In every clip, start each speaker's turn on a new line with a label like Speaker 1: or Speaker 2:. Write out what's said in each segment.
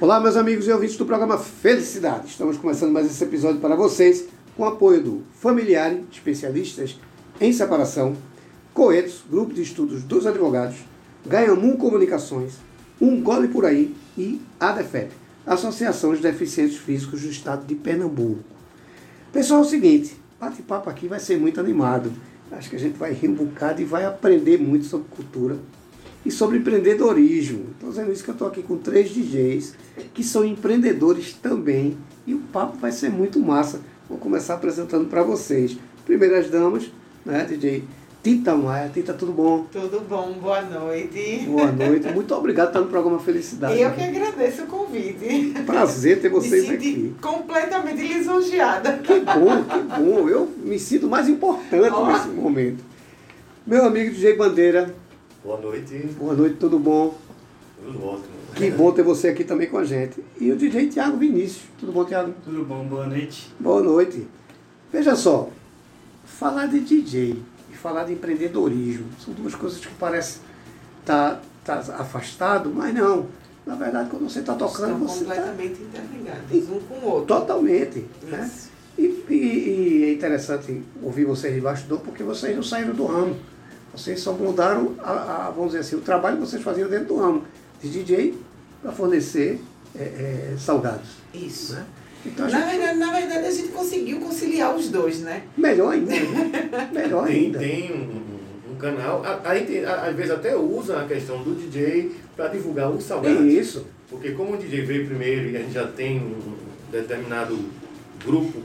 Speaker 1: Olá, meus amigos e ouvintes do programa Felicidade. Estamos começando mais esse episódio para vocês com o apoio do Familiar, especialistas em separação, Coetos, Grupo de Estudos dos Advogados, Ganhamum Comunicações, Um Gole Por Aí e ADEFEP, Associação de Deficientes Físicos do Estado de Pernambuco. Pessoal, é o seguinte, bate-papo aqui vai ser muito animado. Acho que a gente vai rir um bocado e vai aprender muito sobre cultura e sobre empreendedorismo. Estou dizendo isso que eu estou aqui com três DJs que são empreendedores também e o papo vai ser muito massa. Vou começar apresentando para vocês. Primeiras damas, né, DJ Tita Maia. Tita, tudo bom?
Speaker 2: Tudo bom, boa noite.
Speaker 1: Boa noite. Muito obrigado por estar no programa Felicidade.
Speaker 2: Eu que agradeço o convite.
Speaker 1: Prazer ter vocês
Speaker 2: Me senti
Speaker 1: aqui.
Speaker 2: completamente lisonjeada.
Speaker 1: Que bom, que bom. Eu me sinto mais importante
Speaker 2: Ó.
Speaker 1: nesse momento. Meu amigo DJ Bandeira,
Speaker 3: Boa noite,
Speaker 1: boa noite, tudo bom?
Speaker 3: tudo ótimo.
Speaker 1: Que bom ter você aqui também com a gente. E o DJ Tiago Vinícius. Tudo bom, Tiago?
Speaker 4: Tudo bom, boa noite.
Speaker 1: Boa noite. Veja só, falar de DJ e falar de empreendedorismo são duas coisas que parece tá, tá afastado, mas não. Na verdade, quando você está tocando,
Speaker 2: Estão
Speaker 1: você tá está
Speaker 2: completamente interligados, um com o outro.
Speaker 1: totalmente. Né?
Speaker 2: Isso.
Speaker 1: E, e- e é interessante ouvir vocês de bastidor, porque vocês não saíram do ramo. Vocês só mudaram, a, a- vamos dizer assim, o trabalho que vocês faziam dentro do ramo de DJ para fornecer eh, eh, salgados.
Speaker 2: Isso.
Speaker 1: Né? Então, acho
Speaker 2: Na, verdade, na verdade, a gente conseguiu conciliar os dois, né?
Speaker 1: Melhor ainda. né? Melhor
Speaker 3: Tem,
Speaker 1: ainda.
Speaker 3: tem um, um- um canal, a, a gente a- às vezes até usa a questão do DJ para divulgar o
Speaker 1: É
Speaker 3: salgado.
Speaker 1: isso.
Speaker 3: Porque como o DJ veio primeiro e a gente já tem um determinado grupo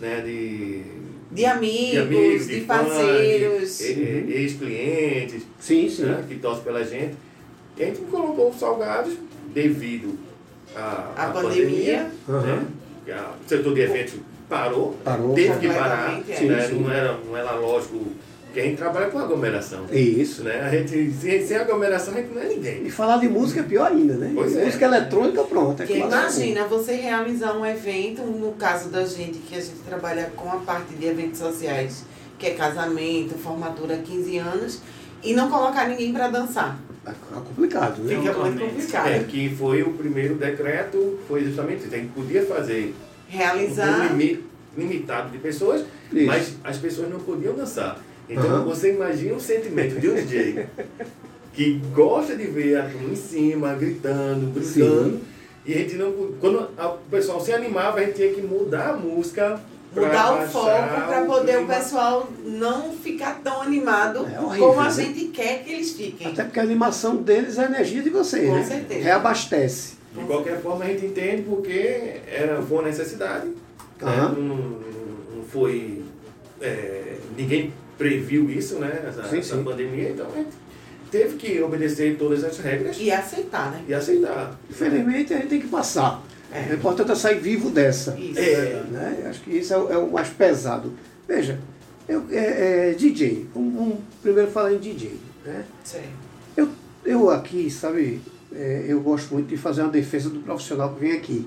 Speaker 3: né, de,
Speaker 2: De amigos, de,
Speaker 3: fãs,
Speaker 2: parceiros.
Speaker 3: e- e- ex-clientes,
Speaker 1: Sim,
Speaker 3: né, que torce pela gente, e a gente colocou os salgados devido à
Speaker 2: A
Speaker 3: à
Speaker 2: pandemia.
Speaker 1: Aham.
Speaker 3: né? Que a- O setor de eventos parou,
Speaker 1: Parou.
Speaker 3: teve que parar,
Speaker 2: Completamente,
Speaker 1: é.
Speaker 3: né?
Speaker 1: Sim, sim.
Speaker 3: não, era, não era lógico, porque a gente trabalha com aglomeração.
Speaker 1: É isso.
Speaker 3: Né? A gente, sem, sem aglomeração a gente não é ninguém.
Speaker 1: E falar de música é pior ainda, né?
Speaker 3: Pois é.
Speaker 1: Música eletrônica, pronto. É
Speaker 2: Porque
Speaker 1: classe
Speaker 2: imagina você realizar um evento, no caso da gente, que a gente trabalha com a parte de eventos sociais, que é casamento, formatura, 15 anos, e não colocar ninguém pra dançar.
Speaker 1: boa. É complicado, né?
Speaker 2: Fica muito
Speaker 4: Realmente.
Speaker 2: complicado.
Speaker 3: É, que foi o primeiro decreto, foi justamente isso, a gente podia fazer um
Speaker 2: Realizar.
Speaker 3: limite limitado de pessoas,
Speaker 1: Isso.
Speaker 3: mas as pessoas não podiam dançar. Então
Speaker 1: Aham.
Speaker 3: você imagina o sentimento de um DJ que gosta de ver a turma em cima, gritando, brincando. E a gente não. Quando a- o pessoal se animava, a gente tinha que mudar a música. pra
Speaker 2: Mudar o
Speaker 3: baixar
Speaker 2: foco para poder o
Speaker 3: clima.
Speaker 2: pessoal não ficar tão animado
Speaker 1: É horrível,
Speaker 2: como a
Speaker 1: né?
Speaker 2: gente quer que eles fiquem.
Speaker 1: Até porque a animação deles é a energia de vocês,
Speaker 2: Com
Speaker 1: né?
Speaker 2: certeza.
Speaker 1: Reabastece.
Speaker 3: De qualquer forma, a gente entende porque era, foi uma necessidade. né?
Speaker 1: Aham.
Speaker 3: Não, não foi. é, ninguém previu isso, né? Essa,
Speaker 1: Sim,
Speaker 3: essa
Speaker 1: sim.
Speaker 3: pandemia, então a gente teve que obedecer todas as regras
Speaker 2: E aceitar, né?
Speaker 3: e aceitar.
Speaker 1: Infelizmente, a gente tem que passar.
Speaker 2: É.
Speaker 1: O importante é sair vivo dessa.
Speaker 2: Isso.
Speaker 3: É.
Speaker 1: né? Acho que isso é, o- é o mais pesado. Veja, eu, é, é, DJ. Vamos, vamos um, primeiro falar em DJ, né?
Speaker 2: Certo.
Speaker 1: Eu, eu aqui, sabe, é, eu gosto muito de fazer uma defesa do profissional que vem aqui.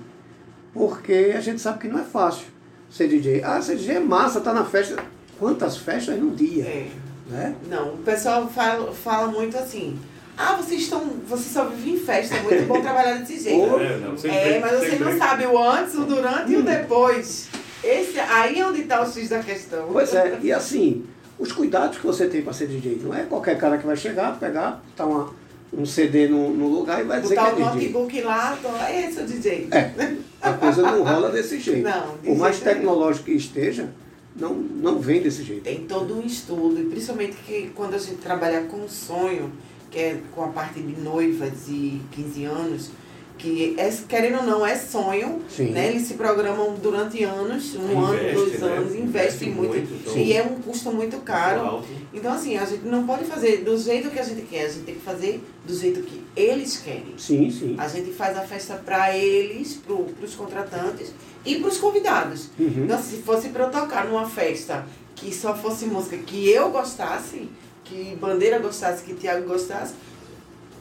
Speaker 1: Porque a gente sabe que não é fácil ser DJ. Ah, ser DJ é massa, tá na festa. Quantas festas no dia,
Speaker 2: É.
Speaker 1: né?
Speaker 2: Não, o pessoal fala, fala muito assim. Ah, vocês estão. Vocês só vivem em festa, é muito bom trabalhar desse jeito.
Speaker 3: É, não, sempre-
Speaker 2: é, mas vocês não
Speaker 3: sempre.
Speaker 2: sabem o antes, o durante e o depois. Esse, aí é onde está o X da questão.
Speaker 1: Pois é, e assim, os cuidados que você tem para ser DJ, não é qualquer cara que vai chegar, pegar, botar uma, um CD no, no lugar e vai dizer
Speaker 2: Botar o
Speaker 1: que é DJ.
Speaker 2: notebook lá, tô, é esse o DJ.
Speaker 1: É, a coisa não rola desse jeito.
Speaker 2: Não, de
Speaker 1: Por mais
Speaker 2: jeito nenhum.
Speaker 1: tecnológico que esteja, não, não vem desse jeito.
Speaker 2: Tem todo um estudo, e principalmente que quando a gente trabalha com sonho, que é com a parte de noivas e 15 anos, que é, querendo ou não, é sonho,
Speaker 1: Sim.
Speaker 2: né? Eles se programam durante anos, um ano,
Speaker 3: Investe,
Speaker 2: dois
Speaker 3: né?
Speaker 2: anos, investem
Speaker 3: Investe
Speaker 2: muito,
Speaker 3: muito, então-
Speaker 2: e é um custo muito caro.
Speaker 3: Alto.
Speaker 2: Então assim, a gente não pode fazer do jeito que a gente quer, a gente tem que fazer do jeito que eles querem.
Speaker 1: Sim, sim.
Speaker 2: A gente faz a festa para eles, para os contratantes e para os convidados.
Speaker 1: Uhum.
Speaker 2: Então, se fosse para eu tocar numa festa que só fosse música que eu gostasse, que Bandeira gostasse, que Tiago gostasse,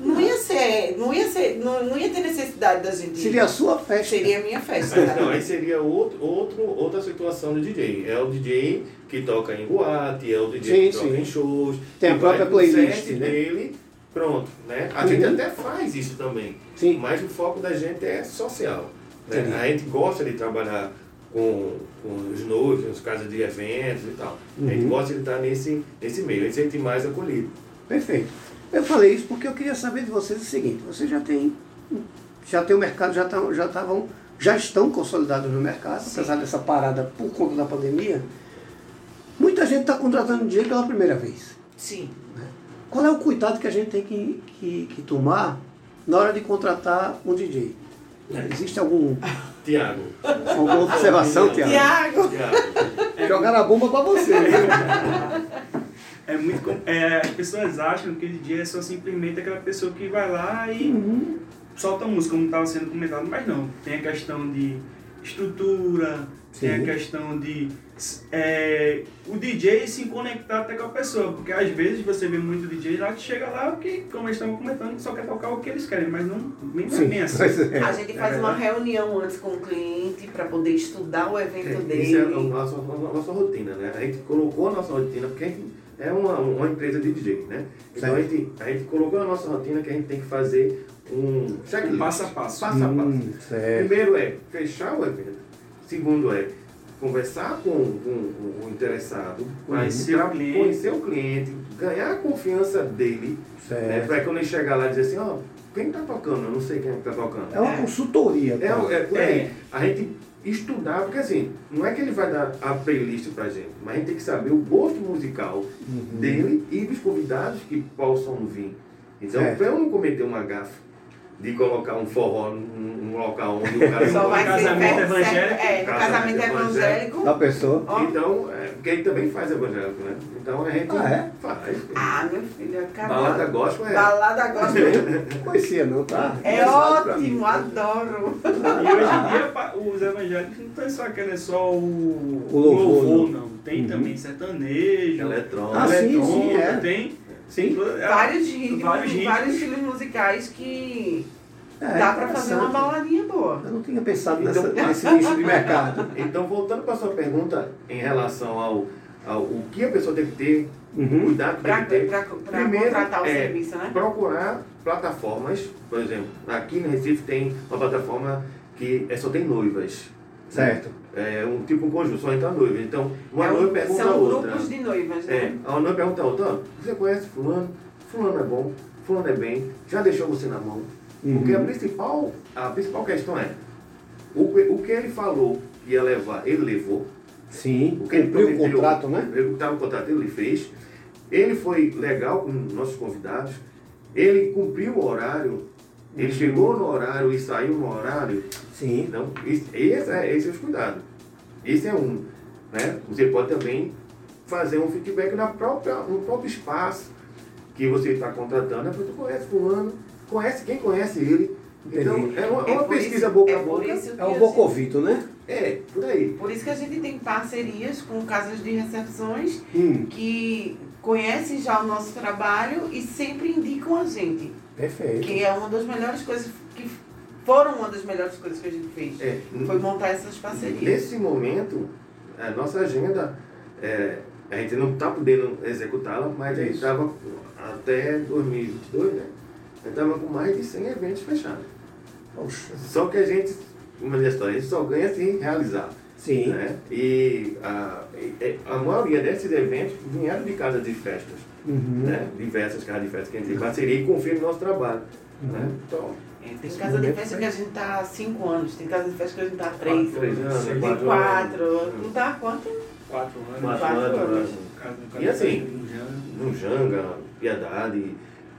Speaker 2: não ia ser, não ia ser, não, não ia ter necessidade da gente.
Speaker 1: Seria a sua festa.
Speaker 2: Seria a minha festa.
Speaker 3: Aí, não,
Speaker 2: né?
Speaker 3: aí seria outro, outro, outra situação do DJ. É o DJ que toca em boate, é o DJ
Speaker 1: Sim,
Speaker 3: que toca
Speaker 1: sim.
Speaker 3: em shows.
Speaker 1: Tem a
Speaker 3: que vai
Speaker 1: própria
Speaker 3: pro set
Speaker 1: playlist, né? Uhum.
Speaker 3: dele Pronto, né? A gente até faz isso também.
Speaker 1: Sim.
Speaker 3: Mas o foco da gente é social. né?
Speaker 1: Entendi.
Speaker 3: A gente gosta de trabalhar com, com os noivos, nos casos de eventos e tal. A gente
Speaker 1: Uhum.
Speaker 3: gosta de estar nesse, nesse meio, a gente se sente mais acolhido.
Speaker 1: Perfeito. Eu falei isso porque eu queria saber de vocês o seguinte, vocês já têm já tem o mercado, já tá, já estavam, já estão consolidados no mercado, apesar dessa parada por conta da pandemia. Muita gente está contratando DJ pela primeira vez.
Speaker 2: Sim.
Speaker 1: Qual é o cuidado que a gente tem que, que, que tomar na hora de contratar um DJ? Existe algum,
Speaker 3: Tiago.
Speaker 1: alguma observação, Tiago?
Speaker 2: Tiago!
Speaker 3: Tiago.
Speaker 1: Jogaram a bomba para você. né?
Speaker 4: É muito. com- É, as pessoas acham que o DJ é só simplesmente aquela pessoa que vai lá e
Speaker 1: Uhum.
Speaker 4: solta música, como estava sendo comentado, mas não. Tem a questão de estrutura, tem
Speaker 1: Sim.
Speaker 4: a questão de é, o DJ se conectar até com a pessoa, porque às vezes você vê muito DJ lá que chega lá que, como eles estavam comentando, só quer tocar o que eles querem, mas não nem
Speaker 1: Sim,
Speaker 4: nem assim.
Speaker 1: pois é.
Speaker 2: A gente faz uma reunião antes com o cliente para poder estudar o
Speaker 3: É,
Speaker 2: evento
Speaker 3: Isso é a
Speaker 2: dele.
Speaker 3: nossa, a nossa- a nossa rotina, né? A gente colocou a nossa rotina, porque a gente é uma, uma empresa de DJ, né? Então a
Speaker 1: Certo.
Speaker 3: gente, a gente colocou a nossa rotina que a gente tem que fazer um checklist.
Speaker 4: Passo a passo.
Speaker 3: Passo a passo.
Speaker 1: Hum, certo.
Speaker 3: Primeiro é fechar o evento. Segundo é conversar com, com- com o interessado,
Speaker 1: Uhum.
Speaker 4: Conhecer o
Speaker 3: tra-
Speaker 4: cliente.
Speaker 3: conhecer o cliente, ganhar a confiança dele, né?
Speaker 1: certo.
Speaker 3: Pra quando ele chegar lá e dizer assim, ó, quem tá tocando? Eu não sei quem é que tá tocando.
Speaker 1: É uma consultoria.
Speaker 3: É,
Speaker 1: cara.
Speaker 3: é por aí.
Speaker 4: É.
Speaker 3: A gente estudar, porque assim, não é que ele vai dar a playlist pra gente, mas a gente tem que saber o gosto musical dele e dos convidados que possam vir. Então,
Speaker 1: Certo.
Speaker 3: pra eu não cometer uma gafa de colocar um forró num, num local onde o cara
Speaker 2: Só
Speaker 3: não
Speaker 2: vai ser
Speaker 4: Casamento
Speaker 2: é,
Speaker 4: evangélico.
Speaker 2: É, no casamento
Speaker 3: Casamento
Speaker 2: evangélico.
Speaker 1: Da pessoa.
Speaker 2: Ó.
Speaker 3: Então, é, porque ele também faz evangélico, né? Então a gente
Speaker 1: Ah, é?
Speaker 3: faz.
Speaker 2: Ah, meu filho, é caralho.
Speaker 3: Balada gospel é.
Speaker 2: Balada gospel.
Speaker 1: Não conhecia não, tá?
Speaker 2: É
Speaker 1: Engraçado pra mim.
Speaker 2: ótimo, adoro.
Speaker 4: E hoje em dia pa- os evangélicos não tem só aquele é só o,
Speaker 1: O louvor, Uhum.
Speaker 4: não. Tem também sertanejo,
Speaker 3: Eletrônica.
Speaker 1: Ah, sim,
Speaker 4: eletrônico,
Speaker 1: sim, é.
Speaker 4: Né? Então, tem
Speaker 1: Sim.
Speaker 4: toda- é,
Speaker 2: Vários ritmos,
Speaker 4: vários
Speaker 2: vários,
Speaker 4: ritmos.
Speaker 2: estilos musicais que
Speaker 1: É,
Speaker 2: dá pra fazer uma
Speaker 1: interessante.
Speaker 2: baladinha boa.
Speaker 1: Eu não tinha pensado
Speaker 3: Então-
Speaker 1: nessa- nesse nicho de mercado.
Speaker 3: Então, voltando para sua pergunta em relação ao, ao o que a pessoa deve ter, o cuidado que
Speaker 2: Pra,
Speaker 3: deve ter.
Speaker 2: pra, pra
Speaker 3: Primeiro,
Speaker 2: contratar o
Speaker 3: é,
Speaker 2: serviço, né?
Speaker 3: procurar plataformas, por exemplo, aqui no Recife tem uma plataforma que é, só tem noivas.
Speaker 1: Certo.
Speaker 3: É um tipo um conjunto, só entra noiva. Então, uma
Speaker 2: É um-
Speaker 3: noiva pergunta a
Speaker 2: são
Speaker 3: outra.
Speaker 2: grupos de noivas,
Speaker 3: É,
Speaker 2: né?
Speaker 3: a noiva pergunta a outra, "Ah, você conhece fulano? Fulano é bom, fulano é bem, já deixou você na mão. Porque a
Speaker 1: Uhum.
Speaker 3: principal, a principal questão é o, que- o que ele falou que ia levar, ele levou.
Speaker 1: Sim.
Speaker 3: O que ele
Speaker 1: Cumpriu o
Speaker 3: prometeu,
Speaker 1: contrato, né?
Speaker 3: Ele estava no contrato, ele fez. Ele foi legal com nossos convidados. Ele cumpriu o horário.
Speaker 1: Uhum.
Speaker 3: Ele chegou no horário e saiu no horário.
Speaker 1: Sim.
Speaker 3: Então, isso- esse é, esse é os cuidados. Esse é um. Né? Você pode também fazer um feedback na própria, no próprio espaço que você está contratando. Você conhece fulano, conhece quem conhece ele. Então,
Speaker 1: Entendi.
Speaker 3: é uma,
Speaker 2: É
Speaker 3: uma
Speaker 2: por
Speaker 3: pesquisa
Speaker 2: isso-
Speaker 3: boca
Speaker 2: é
Speaker 3: a
Speaker 2: por
Speaker 3: boca.
Speaker 2: isso que
Speaker 1: É o
Speaker 2: eu
Speaker 1: Bocovito, né?
Speaker 3: É, por aí.
Speaker 2: Por isso que a gente tem parcerias com casas de recepções
Speaker 1: Hum,
Speaker 2: que conhecem já o nosso trabalho e sempre indicam a gente,
Speaker 1: perfeito.
Speaker 2: que é uma das melhores coisas que foram uma das melhores coisas que a gente fez.
Speaker 3: É,
Speaker 2: Foi montar essas parcerias.
Speaker 3: Nesse momento, a nossa agenda, é, a gente não está podendo executá-la, mas a gente
Speaker 1: Isso.
Speaker 3: estava até 2022, né? A gente estava com mais de 100 eventos fechados.
Speaker 1: Poxa.
Speaker 3: Só que a gente, uma das histórias, a gente só ganha se realizar.
Speaker 1: Sim.
Speaker 3: Né? E a, e- a maioria desses eventos vieram de casas de festas,
Speaker 2: Hum.
Speaker 1: Uhum.
Speaker 3: né? Diversas casas de festas que a gente tem parceria e confia no nosso trabalho.
Speaker 2: Hum.
Speaker 3: Né? Então,
Speaker 2: É, tem casa de festa que a gente tá há 5 anos, tem casa de festa que a gente tá há 3,
Speaker 4: Quatro,
Speaker 3: três anos,
Speaker 4: seis,
Speaker 2: tem
Speaker 3: quatro
Speaker 2: 4,
Speaker 3: anos. É.
Speaker 2: não tá há quanto?
Speaker 4: quatro anos.
Speaker 3: Quatro
Speaker 2: Quatro
Speaker 3: anos,
Speaker 2: anos.
Speaker 3: né?
Speaker 4: Casa-
Speaker 3: E
Speaker 4: casa-
Speaker 3: assim?
Speaker 4: do Jean.
Speaker 3: no Janga, Piedade,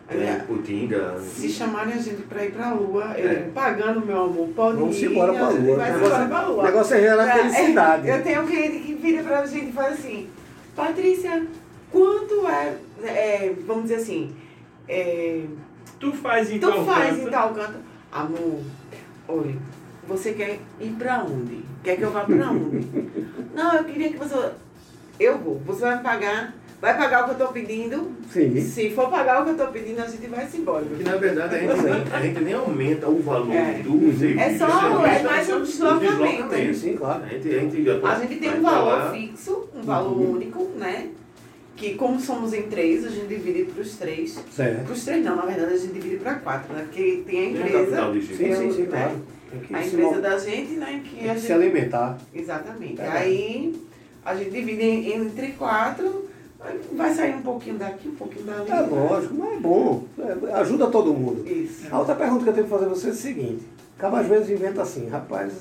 Speaker 3: é,
Speaker 2: Olha,
Speaker 3: Putinga.
Speaker 2: Se chamarem a gente pra ir pra lua, eu
Speaker 3: É.
Speaker 2: digo, pagando, meu amor, pode
Speaker 1: Vamos
Speaker 2: ir.
Speaker 1: embora pra
Speaker 2: a gente
Speaker 1: lua.
Speaker 2: Vai
Speaker 1: O
Speaker 2: embora
Speaker 1: negócio-
Speaker 2: pra
Speaker 1: O
Speaker 2: lua.
Speaker 1: negócio é real a
Speaker 2: Pra-
Speaker 1: felicidade.
Speaker 2: Eu tenho um cliente que vira pra gente e fala assim, Patrícia, quanto é, é, vamos dizer assim, é,
Speaker 4: Tu faz então, em
Speaker 2: tu
Speaker 4: tal
Speaker 2: Então faz
Speaker 4: canto.
Speaker 2: em tal canto? Amor, olha, você quer ir pra onde? Quer que eu vá pra onde? Não, eu queria que você... Eu vou, você vai me pagar, vai pagar o que eu tô pedindo.
Speaker 1: Sim.
Speaker 2: Se for pagar o que eu tô pedindo, a gente vai se embora.
Speaker 3: Que na verdade a gente, nem, a gente nem aumenta o valor
Speaker 2: É.
Speaker 3: do serviço.
Speaker 2: É só-
Speaker 3: a gente
Speaker 2: é
Speaker 3: aumenta
Speaker 2: mais um
Speaker 3: o
Speaker 2: deslocamento.
Speaker 1: Sim, claro.
Speaker 3: A gente, a gente,
Speaker 2: A gente tem
Speaker 3: vai
Speaker 2: um valor
Speaker 3: falar-
Speaker 2: fixo, um valor único, né? que como somos em três, a gente divide para os três. Para
Speaker 1: Certo.
Speaker 2: os três não, na verdade a gente divide para quatro, né? Porque tem a
Speaker 3: Tem a
Speaker 2: empresa,
Speaker 3: capital de giro.
Speaker 1: Sim, sim, sim,
Speaker 2: É,
Speaker 1: claro. Tem que
Speaker 2: a
Speaker 1: se
Speaker 2: empresa
Speaker 1: mo-
Speaker 2: da gente, né? Que
Speaker 1: tem
Speaker 2: a
Speaker 1: que se
Speaker 2: gente.
Speaker 1: alimentar.
Speaker 2: Exatamente.
Speaker 1: É.
Speaker 2: Aí a gente divide em- entre quatro, aí vai sair um pouquinho daqui, um pouquinho dali.
Speaker 1: É lógico, mas é bom. É, ajuda todo mundo.
Speaker 2: Isso.
Speaker 1: A outra pergunta que eu tenho que fazer a você é a seguinte. Acaba às vezes inventa assim, rapaz,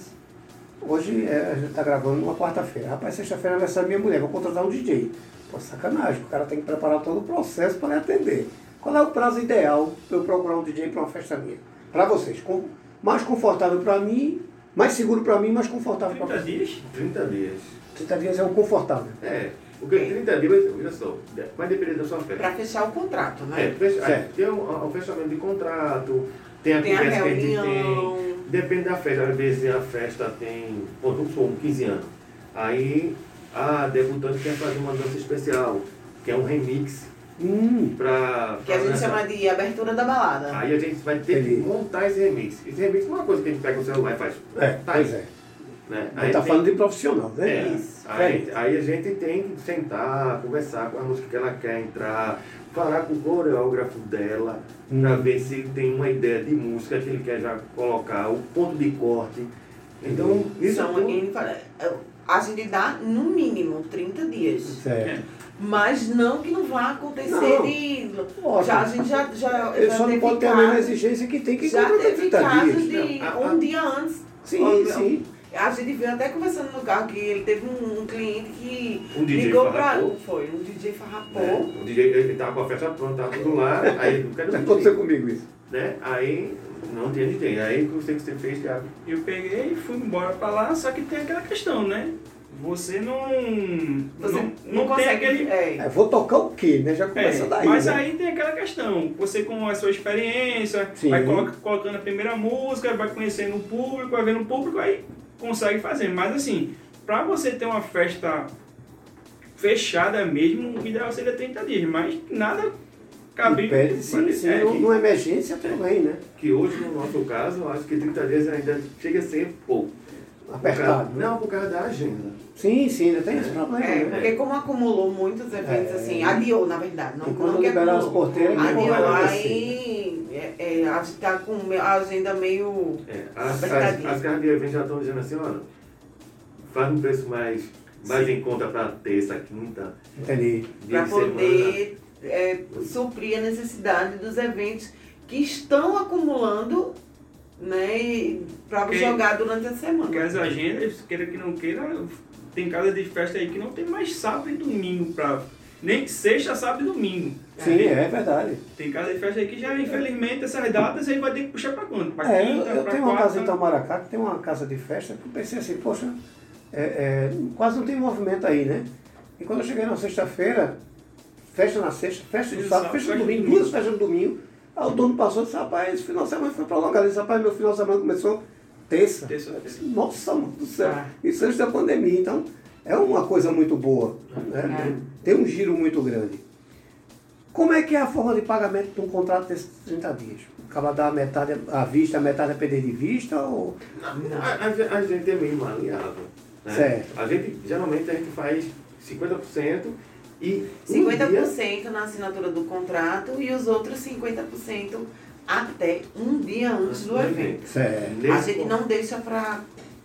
Speaker 1: hoje é, a gente está gravando numa quarta-feira. Rapaz, sexta-feira é aniversário da minha mulher, vou contratar um DJ. Pô, sacanagem, o cara tem que preparar todo o processo para lhe atender. Qual é o prazo ideal para eu procurar um DJ para uma festa minha? Para vocês, com- mais confortável para mim, mais seguro para mim, mais confortável para
Speaker 4: 30
Speaker 1: vocês.
Speaker 4: dias?
Speaker 3: 30 dias.
Speaker 1: 30 dias é o confortável.
Speaker 3: É, porque 30 dias, olha só, vai depender da sua festa.
Speaker 2: Para fechar o contrato,
Speaker 3: É,
Speaker 2: né?
Speaker 3: fecha-
Speaker 1: Certo.
Speaker 3: tem o, o fechamento de contrato, tem a
Speaker 2: Tem a
Speaker 3: conversa que a gente tem.
Speaker 2: reunião.
Speaker 3: Depende da festa, às vezes a festa tem, pô, vamos supor, 15 anos. Aí a debutante quer fazer uma dança especial, que é um remix
Speaker 1: Hum,
Speaker 3: pra.
Speaker 2: Que a
Speaker 3: pra
Speaker 1: né?
Speaker 2: gente
Speaker 3: dançar.
Speaker 2: chama de abertura da balada.
Speaker 3: Aí a gente vai ter que
Speaker 1: Entendi.
Speaker 3: montar esse remix. Esse remix não é uma coisa que a gente pega no celular e faz.
Speaker 1: é,
Speaker 3: tá aí,
Speaker 1: pois é.
Speaker 3: Né?
Speaker 1: Ele está
Speaker 3: tem-
Speaker 1: falando de profissional, né?
Speaker 3: É,
Speaker 2: Isso.
Speaker 3: aí, aí a gente tem que sentar, conversar com a música que ela quer entrar, falar com o coreógrafo dela,
Speaker 1: Hum.
Speaker 3: pra ver se ele tem uma ideia de música que ele quer já colocar, o ponto de corte. Então, isso
Speaker 2: São,
Speaker 3: tudo-
Speaker 2: ele fala, a gente dá no mínimo 30 dias.
Speaker 1: Certo.
Speaker 2: Mas não que não vá acontecer
Speaker 1: Não.
Speaker 2: de.
Speaker 1: Ótimo.
Speaker 2: Já, a gente já. já
Speaker 1: Ele
Speaker 2: já
Speaker 1: só não
Speaker 2: teve
Speaker 1: pode ter a mesma
Speaker 2: casos-
Speaker 1: exigência que tem que
Speaker 2: Já
Speaker 1: contratar
Speaker 2: teve
Speaker 1: 30
Speaker 2: casos
Speaker 1: dias. né?
Speaker 2: de
Speaker 3: Não, a- a-
Speaker 2: um dia antes.
Speaker 1: Sim, sim.
Speaker 2: A gente veio até conversando no carro que ele teve um, um cliente que
Speaker 3: Um DJ
Speaker 2: ligou pra.
Speaker 3: farrapou.
Speaker 2: Foi, um DJ farrapou.
Speaker 3: né, o DJ ele tava com a festa pronta, tava tudo lá, aí ele não quer
Speaker 1: Já
Speaker 3: um
Speaker 1: aconteceu
Speaker 3: DJ,
Speaker 1: comigo isso.
Speaker 3: né? Aí não tinha DJ. Aí o que você, que é, você fez, Thiago?
Speaker 4: Eu peguei e fui embora pra lá, só que tem aquela questão, né? Você não.
Speaker 2: Você
Speaker 4: não,
Speaker 2: não,
Speaker 4: não tem
Speaker 2: consegue.
Speaker 4: aquele.
Speaker 2: é.
Speaker 1: É, vou tocar o quê, né? Já começa
Speaker 4: É,
Speaker 1: daí.
Speaker 4: mas
Speaker 1: né?
Speaker 4: aí tem aquela questão, você com a sua experiência,
Speaker 1: Sim.
Speaker 4: vai coloca- colocando a primeira música, vai conhecendo o público, vai vendo o público, aí consegue fazer. Mas assim, pra você ter uma festa fechada mesmo, o ideal seria 30 dias, mas nada cabível.
Speaker 1: Impede, sim,
Speaker 4: Mas,
Speaker 1: sim.
Speaker 4: é,
Speaker 1: num-
Speaker 4: que-
Speaker 1: Numa emergência também, né?
Speaker 3: Que hoje, no nosso caso, eu acho que 30 dias ainda chega a ser pouco. Por causa-
Speaker 1: Apertado. né?
Speaker 3: Não, por causa da agenda.
Speaker 1: Sim, sim, ainda tem esse problema,
Speaker 2: É,
Speaker 1: né?
Speaker 2: porque como acumulou muitos eventos,
Speaker 1: É.
Speaker 2: assim, adiou, na verdade. Não,
Speaker 1: E quando
Speaker 2: não que
Speaker 1: liberar as
Speaker 2: acumulou.
Speaker 1: porteiras, né?
Speaker 3: não vai
Speaker 2: Adiou,
Speaker 1: acontecer,
Speaker 2: aí é, é, a gente tá com me- a agenda meio...
Speaker 3: É, as, as,
Speaker 2: Apertadinho.
Speaker 3: as casas de evento já estão dizendo assim, olha, faz um preço mais, mais em conta para terça, quinta,
Speaker 1: Entendi.
Speaker 2: para
Speaker 3: dia de semana.
Speaker 2: poder é, suprir a necessidade dos eventos que estão acumulando, né, para
Speaker 4: Ok.
Speaker 2: jogar durante a
Speaker 4: Porque
Speaker 2: semana.
Speaker 4: as agendas, queira que não queira, tem casa de festa aí que não tem mais sábado e domingo pra. Nem sexta, sábado e domingo.
Speaker 1: Sim, é verdade.
Speaker 4: Tem casa de festa aí que já, infelizmente, essas datas aí vai ter que puxar pra quando? Pra
Speaker 1: É, eu,
Speaker 4: quinta,
Speaker 1: eu
Speaker 4: pra então,
Speaker 1: tenho uma
Speaker 4: quarta.
Speaker 1: casa em Itamaracá, que tem uma casa de festa, que eu pensei assim, poxa, é, é, quase não tem movimento aí, né? E quando eu cheguei na sexta-feira, festa na sexta, festa de
Speaker 4: No
Speaker 1: sábado,
Speaker 4: sábado,
Speaker 1: festa de
Speaker 4: festa de
Speaker 1: domingo,
Speaker 4: domingo.
Speaker 1: duas festas no domingo. Aí o dono passou e disse, rapaz, esse final de semana foi prolongado. Ele disse, rapaz, meu final de semana começou terça.
Speaker 4: Terça-feira.
Speaker 1: Eu disse, Nossa, mano do céu.
Speaker 2: Ah.
Speaker 1: Isso antes da pandemia. Então, é uma coisa muito boa. Né? Tem um giro muito grande. Como é que é a forma de pagamento de um contrato desses 30 dias? Acaba dar metade à vista, metade a perder de vista? Ou...
Speaker 3: A, a, a gente é meio maleável. Né?
Speaker 1: Certo.
Speaker 3: A gente, geralmente, a gente faz 50% e um dia
Speaker 2: 50% na assinatura do contrato e os outros 50% até um dia antes
Speaker 3: né,
Speaker 2: do evento.
Speaker 3: É.
Speaker 1: Certo.
Speaker 2: A gente não deixa pra,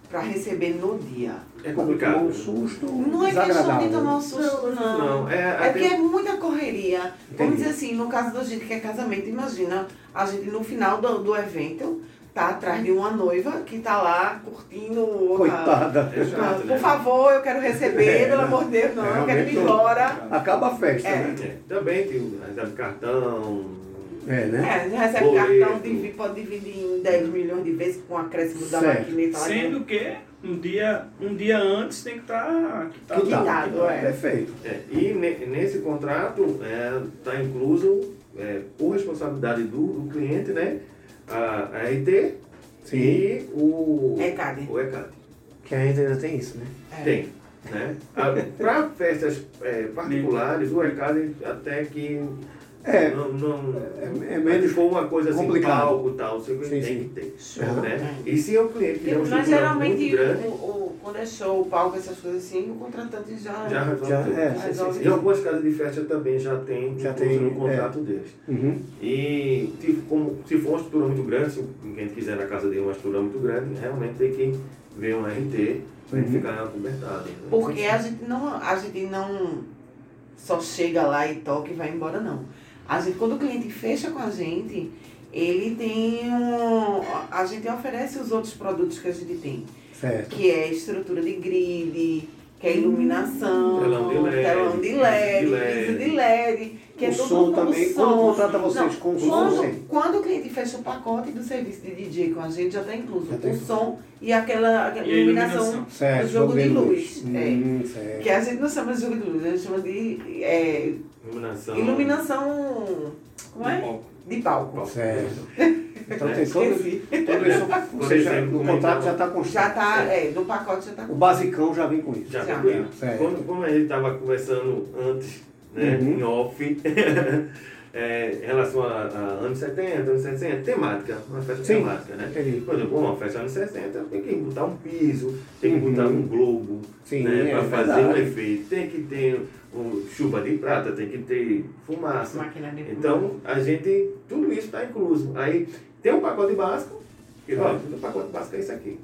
Speaker 2: pra receber no dia.
Speaker 3: É
Speaker 1: Tomou
Speaker 3: complicado.
Speaker 1: um susto
Speaker 2: Não é questão
Speaker 1: desagradável. né?
Speaker 2: de tomar um susto, não.
Speaker 3: Não, é,
Speaker 2: É
Speaker 3: até-
Speaker 2: porque é muita correria.
Speaker 1: Entendi.
Speaker 2: Vamos dizer assim, no caso da gente que é casamento, imagina, a gente no final do, do evento tá atrás de uma noiva que tá lá curtindo. ou tá-
Speaker 1: Coitada.
Speaker 3: é chato,
Speaker 2: Por
Speaker 3: né?
Speaker 2: favor, eu quero receber,
Speaker 1: É,
Speaker 2: pelo amor de Deus, não, eu quero ir
Speaker 1: realmente.
Speaker 2: embora.
Speaker 1: Acaba a festa,
Speaker 2: É.
Speaker 1: né?
Speaker 3: É, também tem o- recebe cartão.
Speaker 1: É, né?
Speaker 2: É, recebe
Speaker 3: Boleto. Uhum.
Speaker 2: cartão, divi- pode dividir em 10 milhões de vezes com o acréscimo da
Speaker 1: Certo.
Speaker 2: maquineta. lá dentro.
Speaker 4: Sendo que um dia, um dia antes tem que estar. que tá
Speaker 1: Que tal?
Speaker 2: Quitado, é.
Speaker 1: Perfeito.
Speaker 3: É, e ne- nesse contrato está incluso, é, por responsabilidade do, do cliente, né? A, a RT
Speaker 1: Sim.
Speaker 3: e o,
Speaker 2: É cade.
Speaker 3: o ECAD.
Speaker 1: Que ainda, ainda tem isso, né?
Speaker 2: É.
Speaker 3: Tem. Né? Para festas é, particulares, o ECAD até que
Speaker 1: É.
Speaker 3: não, não
Speaker 1: É- é
Speaker 3: mas
Speaker 1: menos
Speaker 3: se for uma coisa assim,
Speaker 1: complicado.
Speaker 3: palco e tal, você
Speaker 1: Sim,
Speaker 3: tem
Speaker 1: sim.
Speaker 3: que ter.
Speaker 1: Aham.
Speaker 3: Né? E se é um cliente que tem uma
Speaker 2: Mas
Speaker 3: estrutura muito
Speaker 2: geralmente
Speaker 3: grande,
Speaker 2: o, o, Quando é show, palco, essas coisas assim, o contratante já.
Speaker 3: Já resolve
Speaker 1: Já-
Speaker 3: tudo.
Speaker 1: é,
Speaker 2: sim, sim.
Speaker 3: E algumas casas de festa também já tem
Speaker 1: Já
Speaker 3: incluso
Speaker 1: tem, é.
Speaker 3: no contrato deles.
Speaker 1: Uhum.
Speaker 3: E tipo, como, se for uma estrutura muito grande, se quem quiser na casa dele uma estrutura muito grande, realmente tem que ver um RT para
Speaker 1: Uhum.
Speaker 3: ficar cobertado. né?
Speaker 2: Porque a gente não. A gente não só chega lá e toca e vai embora, não. A gente, quando o cliente fecha com a gente, ele tem um. A gente oferece os outros produtos que a gente tem.
Speaker 1: Certo.
Speaker 2: Que é estrutura de grid, que é iluminação,
Speaker 3: Telão de
Speaker 2: telão de LED,
Speaker 3: LED, piso de LED.
Speaker 2: piso de LED, que é
Speaker 1: o
Speaker 2: todo
Speaker 1: som
Speaker 2: mundo-
Speaker 1: também.
Speaker 2: o
Speaker 1: Quando
Speaker 2: som.
Speaker 1: contrata vocês
Speaker 2: Não,
Speaker 1: com som, sim.
Speaker 2: quando, quando o cliente fecha o pacote do serviço de DJ com a gente, já está incluso
Speaker 1: Já tá
Speaker 2: o
Speaker 1: incluso.
Speaker 2: som e aquela, aquela
Speaker 4: E a
Speaker 2: iluminação,
Speaker 4: iluminação.
Speaker 1: Certo.
Speaker 2: É O jogo de luz, é.
Speaker 1: Hum, certo.
Speaker 2: que a gente não chama de jogo de luz, a gente chama de é,
Speaker 1: Então,
Speaker 3: Iluminação.
Speaker 2: iluminação. Como é? De palco.
Speaker 1: Certo. Então tem todo,
Speaker 2: Esqueci.
Speaker 1: tudo isso. Ou
Speaker 3: Por
Speaker 1: seja,
Speaker 3: exemplo,
Speaker 1: o
Speaker 3: como
Speaker 1: contrato
Speaker 3: então-
Speaker 1: já está
Speaker 2: Já
Speaker 1: constado.
Speaker 2: tá, é, no pacote já tá
Speaker 1: O basicão já vem com isso.
Speaker 3: Já,
Speaker 2: Já.
Speaker 3: tranquilo.
Speaker 1: Certo.
Speaker 3: Como, como a gente estava conversando antes, né,
Speaker 1: É. Uhum.
Speaker 3: em off, é, em relação a, a anos 70, anos 60, temática, uma festa
Speaker 1: Sim.
Speaker 3: temática, né?
Speaker 1: Entendi.
Speaker 3: Por exemplo, uma festa anos 60 tem que botar um piso, tem que
Speaker 1: Uhum.
Speaker 3: botar um globo,
Speaker 1: Sim,
Speaker 3: né,
Speaker 1: é
Speaker 3: para fazer um
Speaker 1: verdade.
Speaker 3: efeito, tem que ter um, chuva de prata, tem que ter fumaça.
Speaker 2: máquina de
Speaker 3: Então, a gente, tudo isso está incluso. Aí tem um pacote básico, que
Speaker 1: Tá.
Speaker 3: ó, o pacote básico é isso aqui.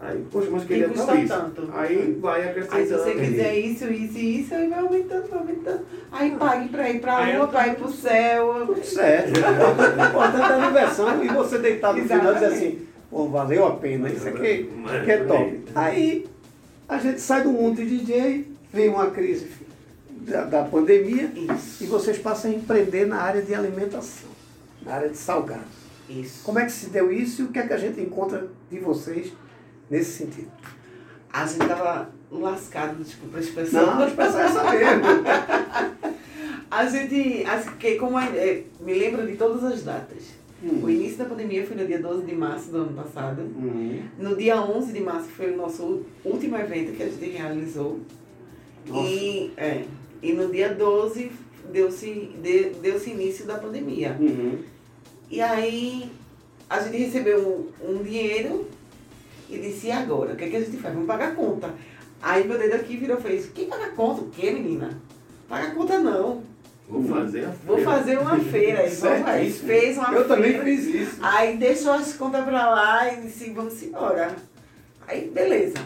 Speaker 3: Aí, poxa, mas
Speaker 2: que
Speaker 3: queria
Speaker 2: custa
Speaker 3: tal isso.
Speaker 2: tanto.
Speaker 3: Aí vai
Speaker 2: Aí se
Speaker 3: acrescentando.
Speaker 2: você quiser isso, isso e isso, aí vai aumentando, vai aumentando. Aí pague pra ir pra
Speaker 4: Aí
Speaker 2: rua,
Speaker 4: eu-
Speaker 2: pra ir pro céu.
Speaker 1: Tudo certo. O importante é a diversão e você deitar no final e dizer
Speaker 2: Exatamente.
Speaker 1: assim, pô, valeu a pena, isso aqui, isso aqui é top. Aí a gente sai do mundo de DJ, vem uma crise da, da pandemia
Speaker 2: Isso.
Speaker 1: e vocês passam a empreender na área de alimentação, na área de salgados.
Speaker 2: Isso.
Speaker 1: Como é que se deu isso e o que é que a gente encontra de vocês nesse sentido?
Speaker 2: A gente tava lascado, desculpa a expressão.
Speaker 1: Não, as pessoas sabem.
Speaker 2: A gente, as, que, como é, é, me lembro de todas as datas. O início da pandemia foi no dia 12 de março do ano passado.
Speaker 1: Hum.
Speaker 2: No dia 11 de março foi o nosso ú- último evento que a gente realizou. E, é, e no dia 12 deu-se de- deu-se início da pandemia.
Speaker 1: Uhum.
Speaker 2: E aí a gente recebeu um, um dinheiro e disse, e agora? O que, é que a gente faz? Vamos pagar a conta. Aí meu dedo aqui virou e fez, quem paga a conta? O quê, menina? Paga a conta não.
Speaker 3: Vou fazer a
Speaker 2: Vou
Speaker 3: feira.
Speaker 2: fazer uma feira. Aí, vamos lá.
Speaker 1: Certíssimo.
Speaker 2: Fez uma
Speaker 1: Eu também
Speaker 2: feira.
Speaker 1: fiz isso.
Speaker 2: Aí deixou as contas pra lá e disse, vamos embora. Aí, beleza.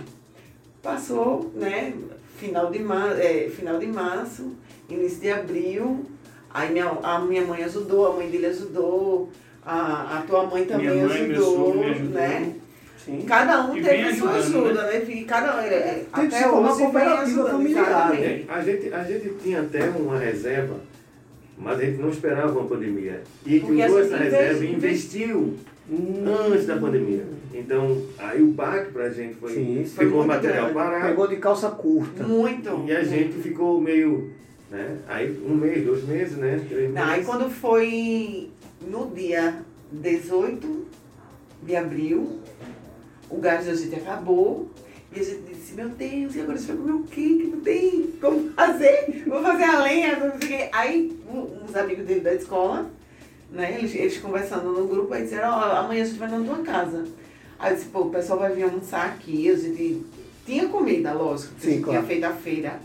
Speaker 2: Passou, né? Final de, mar... é, final de março, início de abril. Aí minha, a minha mãe ajudou, a mãe dele ajudou, a, a tua mãe também
Speaker 4: Minha mãe, meu
Speaker 2: ajudou,
Speaker 4: sogro me ajudou.
Speaker 2: né?
Speaker 1: Sim.
Speaker 2: Cada um
Speaker 4: E vem
Speaker 2: teve sua
Speaker 4: ajudando,
Speaker 2: ajuda, né? E cada um, é, é,
Speaker 1: Tem que se
Speaker 2: até
Speaker 1: formar
Speaker 2: hoje vem
Speaker 1: cooperativa
Speaker 2: ajudando,
Speaker 1: familiar, né?
Speaker 2: exatamente.
Speaker 3: É, A gente, a gente tinha até uma reserva, mas a gente não esperava uma pandemia. E que
Speaker 2: Porque a
Speaker 3: usou
Speaker 2: gente
Speaker 3: essa reserva
Speaker 2: investe-
Speaker 3: e investiu
Speaker 1: Hum.
Speaker 3: antes da pandemia. Então, aí o baque pra gente foi.
Speaker 1: Sim,
Speaker 2: foi
Speaker 3: ficou
Speaker 2: muito
Speaker 3: material
Speaker 2: grande.
Speaker 3: parado.
Speaker 1: Pegou de calça curta.
Speaker 2: Muito.
Speaker 3: E a gente ficou meio. Né? Aí um mês, dois meses, né? Três
Speaker 2: Não, aí
Speaker 3: meses.
Speaker 2: quando foi no dia 18 de abril, o gás da gente acabou. E a gente disse, meu Deus, e agora a gente vai comer o quê? Que não tem como fazer? Vou fazer a lenha, não sei o quê. Aí u- uns amigos dele da escola, né, eles, eles conversando no grupo, aí disseram, ó, amanhã a gente vai na tua casa. Aí eu disse, pô, o pessoal vai vir almoçar aqui, a gente tinha comida, lógico, a gente
Speaker 1: Sim,
Speaker 2: tinha
Speaker 1: claro.
Speaker 2: feito a feira.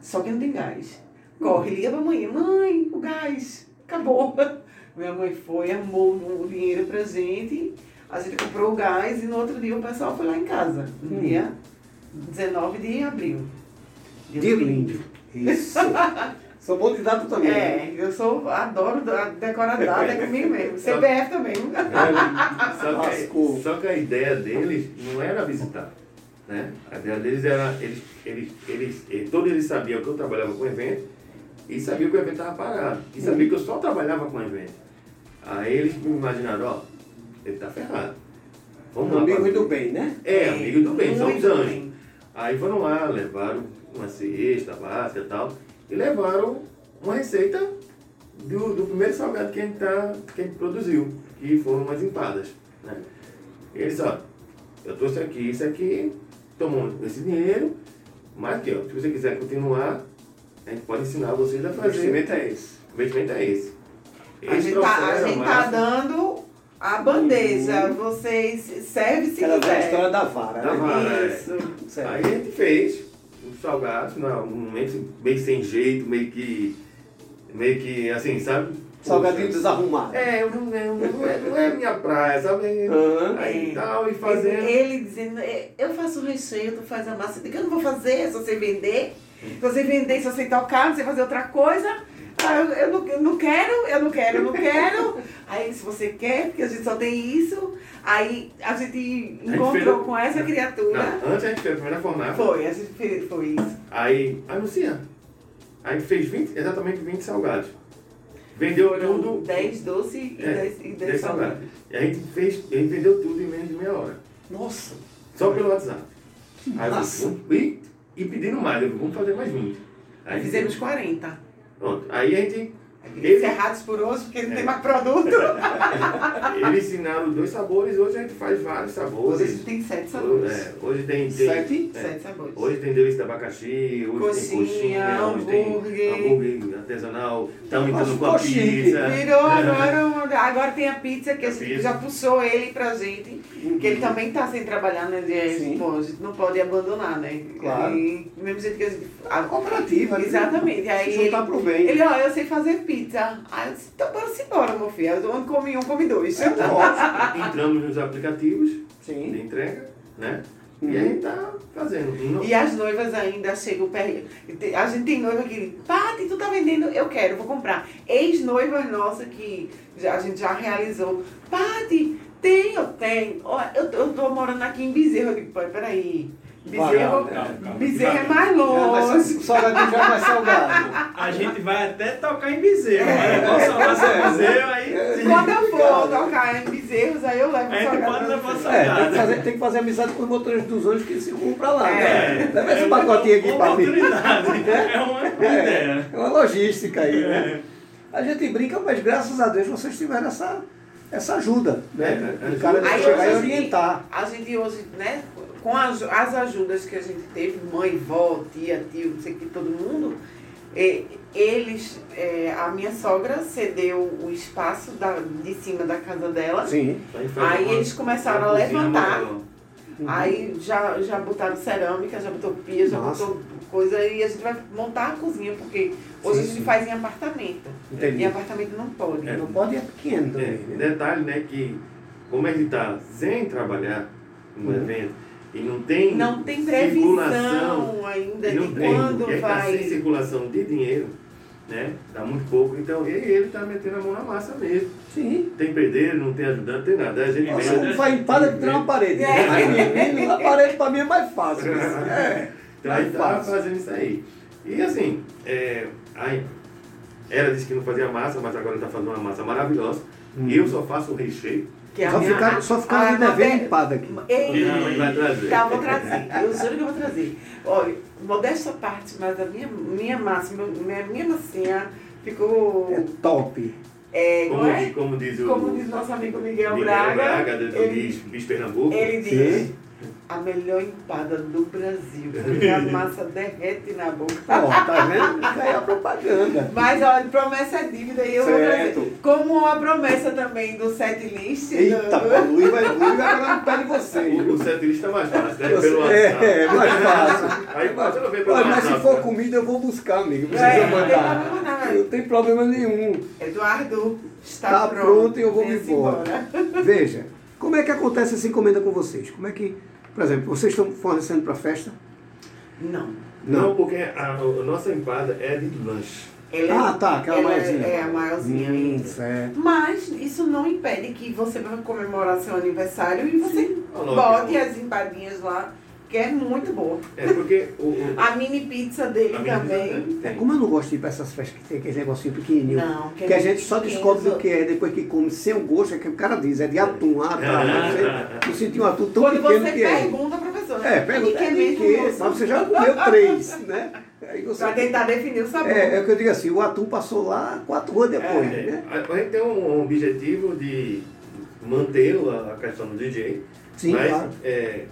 Speaker 2: Só que não tem gás. Corre, liga pra mãe. Mãe, o gás acabou. Minha mãe foi, armou o dinheiro pra gente. A gente comprou o gás e no outro dia o pessoal foi lá em casa. No
Speaker 1: Hum.
Speaker 2: dia 19 de abril. Dia
Speaker 1: De
Speaker 2: do índio.
Speaker 1: lindo. Isso. Uhum. Sou bom de dado também. né?
Speaker 2: É, eu sou, adoro da- decorar data é comigo mesmo. CPF também.
Speaker 3: É, só,
Speaker 1: Lascou.
Speaker 3: que, só que a ideia deles não era visitar. Né? A ideia deles era. Eles, eles, eles, eh, todos eles sabiam que eu trabalhava com evento e sabiam que o evento estava parado. E sabiam que eu só trabalhava com evento. Aí eles me imaginaram, ó, ele tá ferrado. Vamos
Speaker 1: Um
Speaker 3: lá.
Speaker 1: amigo
Speaker 3: pra-
Speaker 1: do bem, né?
Speaker 3: É, amigo do bem, são os
Speaker 2: muito
Speaker 3: anjos.
Speaker 2: bem.
Speaker 3: Aí foram lá, levaram uma cesta básica e tal, e levaram uma receita do, do primeiro salgado que a, gente tá, que a gente produziu, que foram umas empadas. Né? E eles, ó, eu trouxe aqui isso aqui, tomou esse dinheiro, mas aqui, ó, se você quiser continuar, a gente pode ensinar vocês a
Speaker 1: O
Speaker 3: fazer.
Speaker 1: investimento é esse.
Speaker 3: O investimento é esse.
Speaker 2: A gente tá, a
Speaker 3: trouxeram
Speaker 2: gente tá
Speaker 3: massa.
Speaker 2: dando A bandeja, vocês servem se
Speaker 1: Aquela da
Speaker 2: quiser.
Speaker 1: história é. da vara,
Speaker 3: Da
Speaker 1: né?
Speaker 3: vara. é.
Speaker 2: Isso.
Speaker 1: Certo.
Speaker 3: Aí a gente fez os salgados, não, um momento meio sem jeito, meio que. meio que assim, sabe?
Speaker 1: Salgadinho
Speaker 3: Poxa,
Speaker 1: desarrumado.
Speaker 3: É, eu não, eu não, não é, não é minha praia, sabe?
Speaker 1: Aham.
Speaker 3: Aí
Speaker 2: É.
Speaker 3: tal, e fazendo.
Speaker 2: Ele dizendo, "É, eu faço o recheio, tu faz a massa. Eu digo, eu não vou fazer, se você vender. Se você vender, se você tocar, se você fazer outra coisa. Ah, eu, eu não, eu não quero, eu não quero, eu não quero. Aí, se você quer, porque a gente só tem isso. Aí, a gente encontrou
Speaker 3: fez-
Speaker 2: com essa criatura.
Speaker 3: Não, antes a gente fez a primeira fornada,
Speaker 2: né? Foi, a gente fez- foi isso.
Speaker 3: aí anuncia. Aí fez 20, exatamente 20 salgados. Vendeu tudo.
Speaker 2: 10 doce e
Speaker 3: É,
Speaker 2: 10 e 10
Speaker 3: 10
Speaker 2: salgados.
Speaker 3: salgados. E a gente fez, a gente vendeu tudo em menos de meia hora.
Speaker 1: Nossa,
Speaker 3: Só pelo WhatsApp. Aí eu
Speaker 1: massa.
Speaker 3: falei, "Vamos- e, e pedindo mais, eu falei, vamos fazer mais 20. Aí
Speaker 2: Fizemos 40.
Speaker 3: Pronto. Aí a gente. Eles,
Speaker 2: Encerrados por hoje, porque
Speaker 3: É.
Speaker 2: não tem mais produto.
Speaker 3: eles ensinaram dois sabores, hoje a gente faz vários
Speaker 2: Hoje
Speaker 3: sabores.
Speaker 2: tem 7 sabores.
Speaker 3: É, hoje tem. tem
Speaker 1: Sete?
Speaker 3: é,
Speaker 2: Sete sabores.
Speaker 3: Hoje tem delícia de abacaxi, hoje tem
Speaker 2: Coxinha,
Speaker 3: coxinha, hoje
Speaker 2: hambúrguer.
Speaker 3: tem hambúrguer artesanal, estamos entrando
Speaker 1: Nossa,
Speaker 3: com a
Speaker 1: ficou chique.
Speaker 3: pizza.
Speaker 2: Virou
Speaker 1: É.
Speaker 2: agora, um- agora tem a pizza que a gente
Speaker 3: Pizza.
Speaker 2: já puxou ele pra gente, que ele também tá sem trabalhar, né?
Speaker 1: Uhum. Sim.
Speaker 2: De, bom, a gente não pode abandonar, né?
Speaker 1: Claro.
Speaker 2: E, do mesmo jeito que a gente. a-
Speaker 1: cooperativa. né?
Speaker 2: Exatamente. Aí
Speaker 1: Se juntar
Speaker 2: ele-
Speaker 1: pro bem.
Speaker 2: Ele, ó, eu sei fazer pizza. Aí eu disse, então bora se embora, meu filho. Eu um come um, come dois.
Speaker 1: É lógico.
Speaker 3: Entramos nos aplicativos de
Speaker 1: Sim.
Speaker 3: entrega, né?
Speaker 1: Uhum.
Speaker 3: E a gente tá fazendo. Não-
Speaker 2: E as noivas ainda chegam perto. A gente tem noiva que, Pati, tu tá vendendo? Eu quero, vou comprar. Ex-noivas nossas que já- a gente já realizou. Pati, tem, eu tenho. Ó, eu, eu tô morando aqui em Bezerro. Eu digo, pai, peraí. Bezerro,
Speaker 1: Vai,
Speaker 4: calma, calma.
Speaker 2: Bezerro é
Speaker 4: Vai.
Speaker 2: mais
Speaker 1: Já vai
Speaker 2: longe.
Speaker 1: ser- o salgadinho já vai salgado.
Speaker 4: A gente vai até tocar em bezerro.
Speaker 1: É.
Speaker 4: Né? Vamos salvar seu bezerro aí. sim.
Speaker 2: Quando eu for
Speaker 1: Complicado.
Speaker 2: tocar em Bezerros, aí eu levo
Speaker 4: A gente
Speaker 2: salgado
Speaker 4: pode
Speaker 2: pra
Speaker 4: levar
Speaker 2: você.
Speaker 1: É.
Speaker 4: salgado.
Speaker 1: É, tem que, fazer, tem que fazer amizade com os motores dos anjos que circulam pra lá.
Speaker 4: É.
Speaker 1: Né? Leva esse pacotinho aqui
Speaker 4: uma
Speaker 1: pra mim.
Speaker 4: oportunidade. É uma ideia.
Speaker 1: É uma logística aí, né?
Speaker 4: É.
Speaker 1: A gente brinca, mas graças a Deus vocês tiveram essa, essa ajuda, né?
Speaker 3: É,
Speaker 1: o cara
Speaker 3: ajuda.
Speaker 1: tem que
Speaker 2: Aí
Speaker 1: chegar e
Speaker 2: hoje-
Speaker 1: orientar.
Speaker 2: A gente hoje, né, com as, as ajudas que a gente teve, mãe, vó, tia, tio, não sei o que, todo mundo, eh, eles, eh, a minha sogra cedeu o espaço da, de cima da casa dela.
Speaker 1: Sim.
Speaker 3: a gente faz
Speaker 2: Aí
Speaker 3: uma-
Speaker 2: eles começaram a
Speaker 3: uma cozinha
Speaker 2: levantar,
Speaker 3: maior.
Speaker 1: Uhum.
Speaker 2: aí já, já botaram cerâmica, já botou pia, já
Speaker 1: Massa.
Speaker 2: botou coisa, e a gente vai montar a cozinha, porque hoje
Speaker 1: Sim,
Speaker 2: a
Speaker 1: sim.
Speaker 2: gente faz em apartamento. E
Speaker 1: Entendi.
Speaker 2: apartamento não pode.
Speaker 3: É.
Speaker 1: Não pode é pequeno também.
Speaker 3: É,
Speaker 1: né?
Speaker 3: detalhe, né, que como a gente tá sem trabalhar no
Speaker 1: Uhum.
Speaker 3: evento e não tem
Speaker 2: Não tem
Speaker 3: circulação,
Speaker 2: previsão ainda
Speaker 3: e
Speaker 2: de
Speaker 3: não tem,
Speaker 2: quando
Speaker 1: é
Speaker 3: e aí tá
Speaker 2: vai.
Speaker 3: sem circulação de dinheiro, né, tá muito pouco, então e ele tá metendo a mão na massa mesmo.
Speaker 1: Sim.
Speaker 3: Tem perdeiro, não tem ajudante, tem nada, a gente
Speaker 1: Nossa,
Speaker 3: vende.
Speaker 1: não faz empada que tirar uma parede.
Speaker 2: É.
Speaker 1: Mas menino, a parede pra mim é mais fácil. É.
Speaker 3: Então aí
Speaker 1: Mais
Speaker 3: tá
Speaker 1: fácil.
Speaker 3: fazendo isso aí. E assim, é, aí, ela disse que não fazia massa, mas agora tá fazendo uma massa maravilhosa.
Speaker 1: Hum.
Speaker 3: Eu só faço o recheio.
Speaker 2: Que a
Speaker 1: Só
Speaker 2: minha-
Speaker 1: ficar- só ficar ainda
Speaker 2: Anabel-
Speaker 1: bem empada aqui.
Speaker 3: Minha
Speaker 2: Ei,
Speaker 3: mãe vai trazer.
Speaker 2: tá, vou trazer. Eu juro que eu vou trazer. Olha, modesta parte, mas a minha, minha massa, meu- minha, minha massinha ficou.
Speaker 1: É top.
Speaker 2: É,
Speaker 3: Como,
Speaker 2: como é?
Speaker 3: como diz o.
Speaker 2: Como diz nosso amigo Miguel
Speaker 3: Miguel
Speaker 2: Braga.
Speaker 3: Braga, do do
Speaker 2: ele,
Speaker 3: Bis, Bis Pernambuco.
Speaker 2: ele diz.
Speaker 1: Sim.
Speaker 2: A melhor empada do Brasil, porque a massa derrete na boca.
Speaker 1: Ó, tá vendo? Fica aí a propaganda.
Speaker 2: Mas olha, promessa é dívida e eu vou
Speaker 1: Certo.
Speaker 2: trazer. Como a promessa também do set list. do-
Speaker 1: Eita, pô, o Luiz vai, o Luiz vai pegar no pé de vocês.
Speaker 3: O,
Speaker 1: viu?
Speaker 3: o setlist é mais fácil, né? Pelo WhatsApp.
Speaker 1: É, é, mais fácil.
Speaker 3: Aí você não vê pelo
Speaker 1: Olha, mas
Speaker 3: WhatsApp. né?
Speaker 1: se for comida, eu vou buscar, amigo. Precisa
Speaker 2: É, não tem
Speaker 1: mandar.
Speaker 2: problema não, é.
Speaker 1: não tem problema nenhum.
Speaker 2: Eduardo, está
Speaker 1: Tá
Speaker 2: pronto.
Speaker 1: pronto e eu vou me
Speaker 2: Vem-se
Speaker 1: embora. Veja, como é que acontece essa encomenda com vocês? Como é que, por exemplo, vocês estão fornecendo para festa?
Speaker 2: Não.
Speaker 3: Não, porque a, a nossa empada é de lanche.
Speaker 2: Ela é
Speaker 1: Ah, tá, aquela
Speaker 2: ela
Speaker 1: maiorzinha. Hum,
Speaker 2: É, é a maiorzinha ainda.
Speaker 1: certo.
Speaker 2: Mas isso não impede que você vá comemorar seu aniversário e você
Speaker 3: Ah, não,
Speaker 2: bote
Speaker 3: que-
Speaker 2: as empadinhas lá, que é muito boa.
Speaker 3: É porque o. o-
Speaker 1: Ah,
Speaker 2: A mini pizza dele
Speaker 3: a minha
Speaker 2: também.
Speaker 3: empresa tem.
Speaker 1: Como eu não gosto de ir para essas festas que tem aquele negocinho pequenininho,
Speaker 2: Não, é
Speaker 1: que a gente só descobre o que é depois que come sem o gosto, é que o cara diz, é de atum, ah, tá, não sei. Eu senti um atum tão
Speaker 2: Quando
Speaker 1: pequeno
Speaker 2: você
Speaker 1: que é.
Speaker 2: pergunta, professor,
Speaker 1: É,
Speaker 2: o
Speaker 1: pergunta,
Speaker 2: que
Speaker 1: é
Speaker 2: é
Speaker 1: de
Speaker 2: mesmo
Speaker 1: quê?
Speaker 2: isso?
Speaker 1: Mas você já comeu três, né? Aí você...
Speaker 2: Pra tentar definir o sabor.
Speaker 1: É, é o que eu digo assim, o atum passou lá quatro ruas depois,
Speaker 3: É,
Speaker 1: né?
Speaker 3: a, a gente tem um, um objetivo de manter a, a questão do DJ,
Speaker 1: Sim,
Speaker 3: mas
Speaker 1: claro.
Speaker 3: é,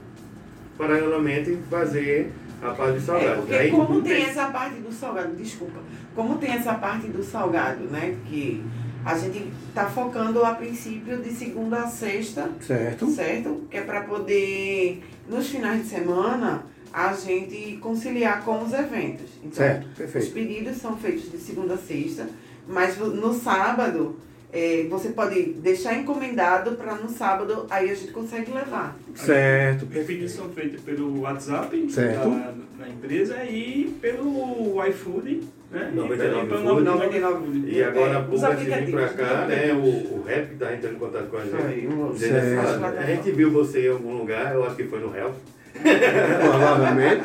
Speaker 3: paralelamente fazer a parte de
Speaker 2: É,
Speaker 3: salgado.
Speaker 2: porque
Speaker 3: Aí
Speaker 2: como tem essa parte do salgado, desculpa, como tem essa parte do salgado, né? Que A gente tá focando a princípio de segunda a sexta,
Speaker 1: Certo?
Speaker 2: certo? Que é para poder, nos finais de semana, a gente conciliar com os eventos. Então,
Speaker 1: Certo,
Speaker 2: os
Speaker 1: perfeito.
Speaker 2: pedidos são feitos de segunda a sexta, mas vo- no sábado, eh, você pode deixar encomendado para no sábado, aí a gente consegue levar.
Speaker 1: Certo,
Speaker 4: Os pedidos
Speaker 1: perfeito.
Speaker 4: são feitos pelo WhatsApp
Speaker 1: Certo.
Speaker 4: Da, da empresa e pelo iFood, né?
Speaker 3: 99
Speaker 4: e pelo
Speaker 3: Food.
Speaker 2: 99.
Speaker 3: E agora a
Speaker 2: É, Os
Speaker 3: pouco a gente vem pra
Speaker 2: aplicativos,
Speaker 3: cá,
Speaker 2: né?
Speaker 3: né? O, o rap tá entrando em contato com a gente.
Speaker 2: Aí, um-
Speaker 3: Dizendo assim,
Speaker 1: Certo.
Speaker 3: "Ah, a gente viu você em algum lugar, eu acho que foi no Help.
Speaker 1: Provavelmente.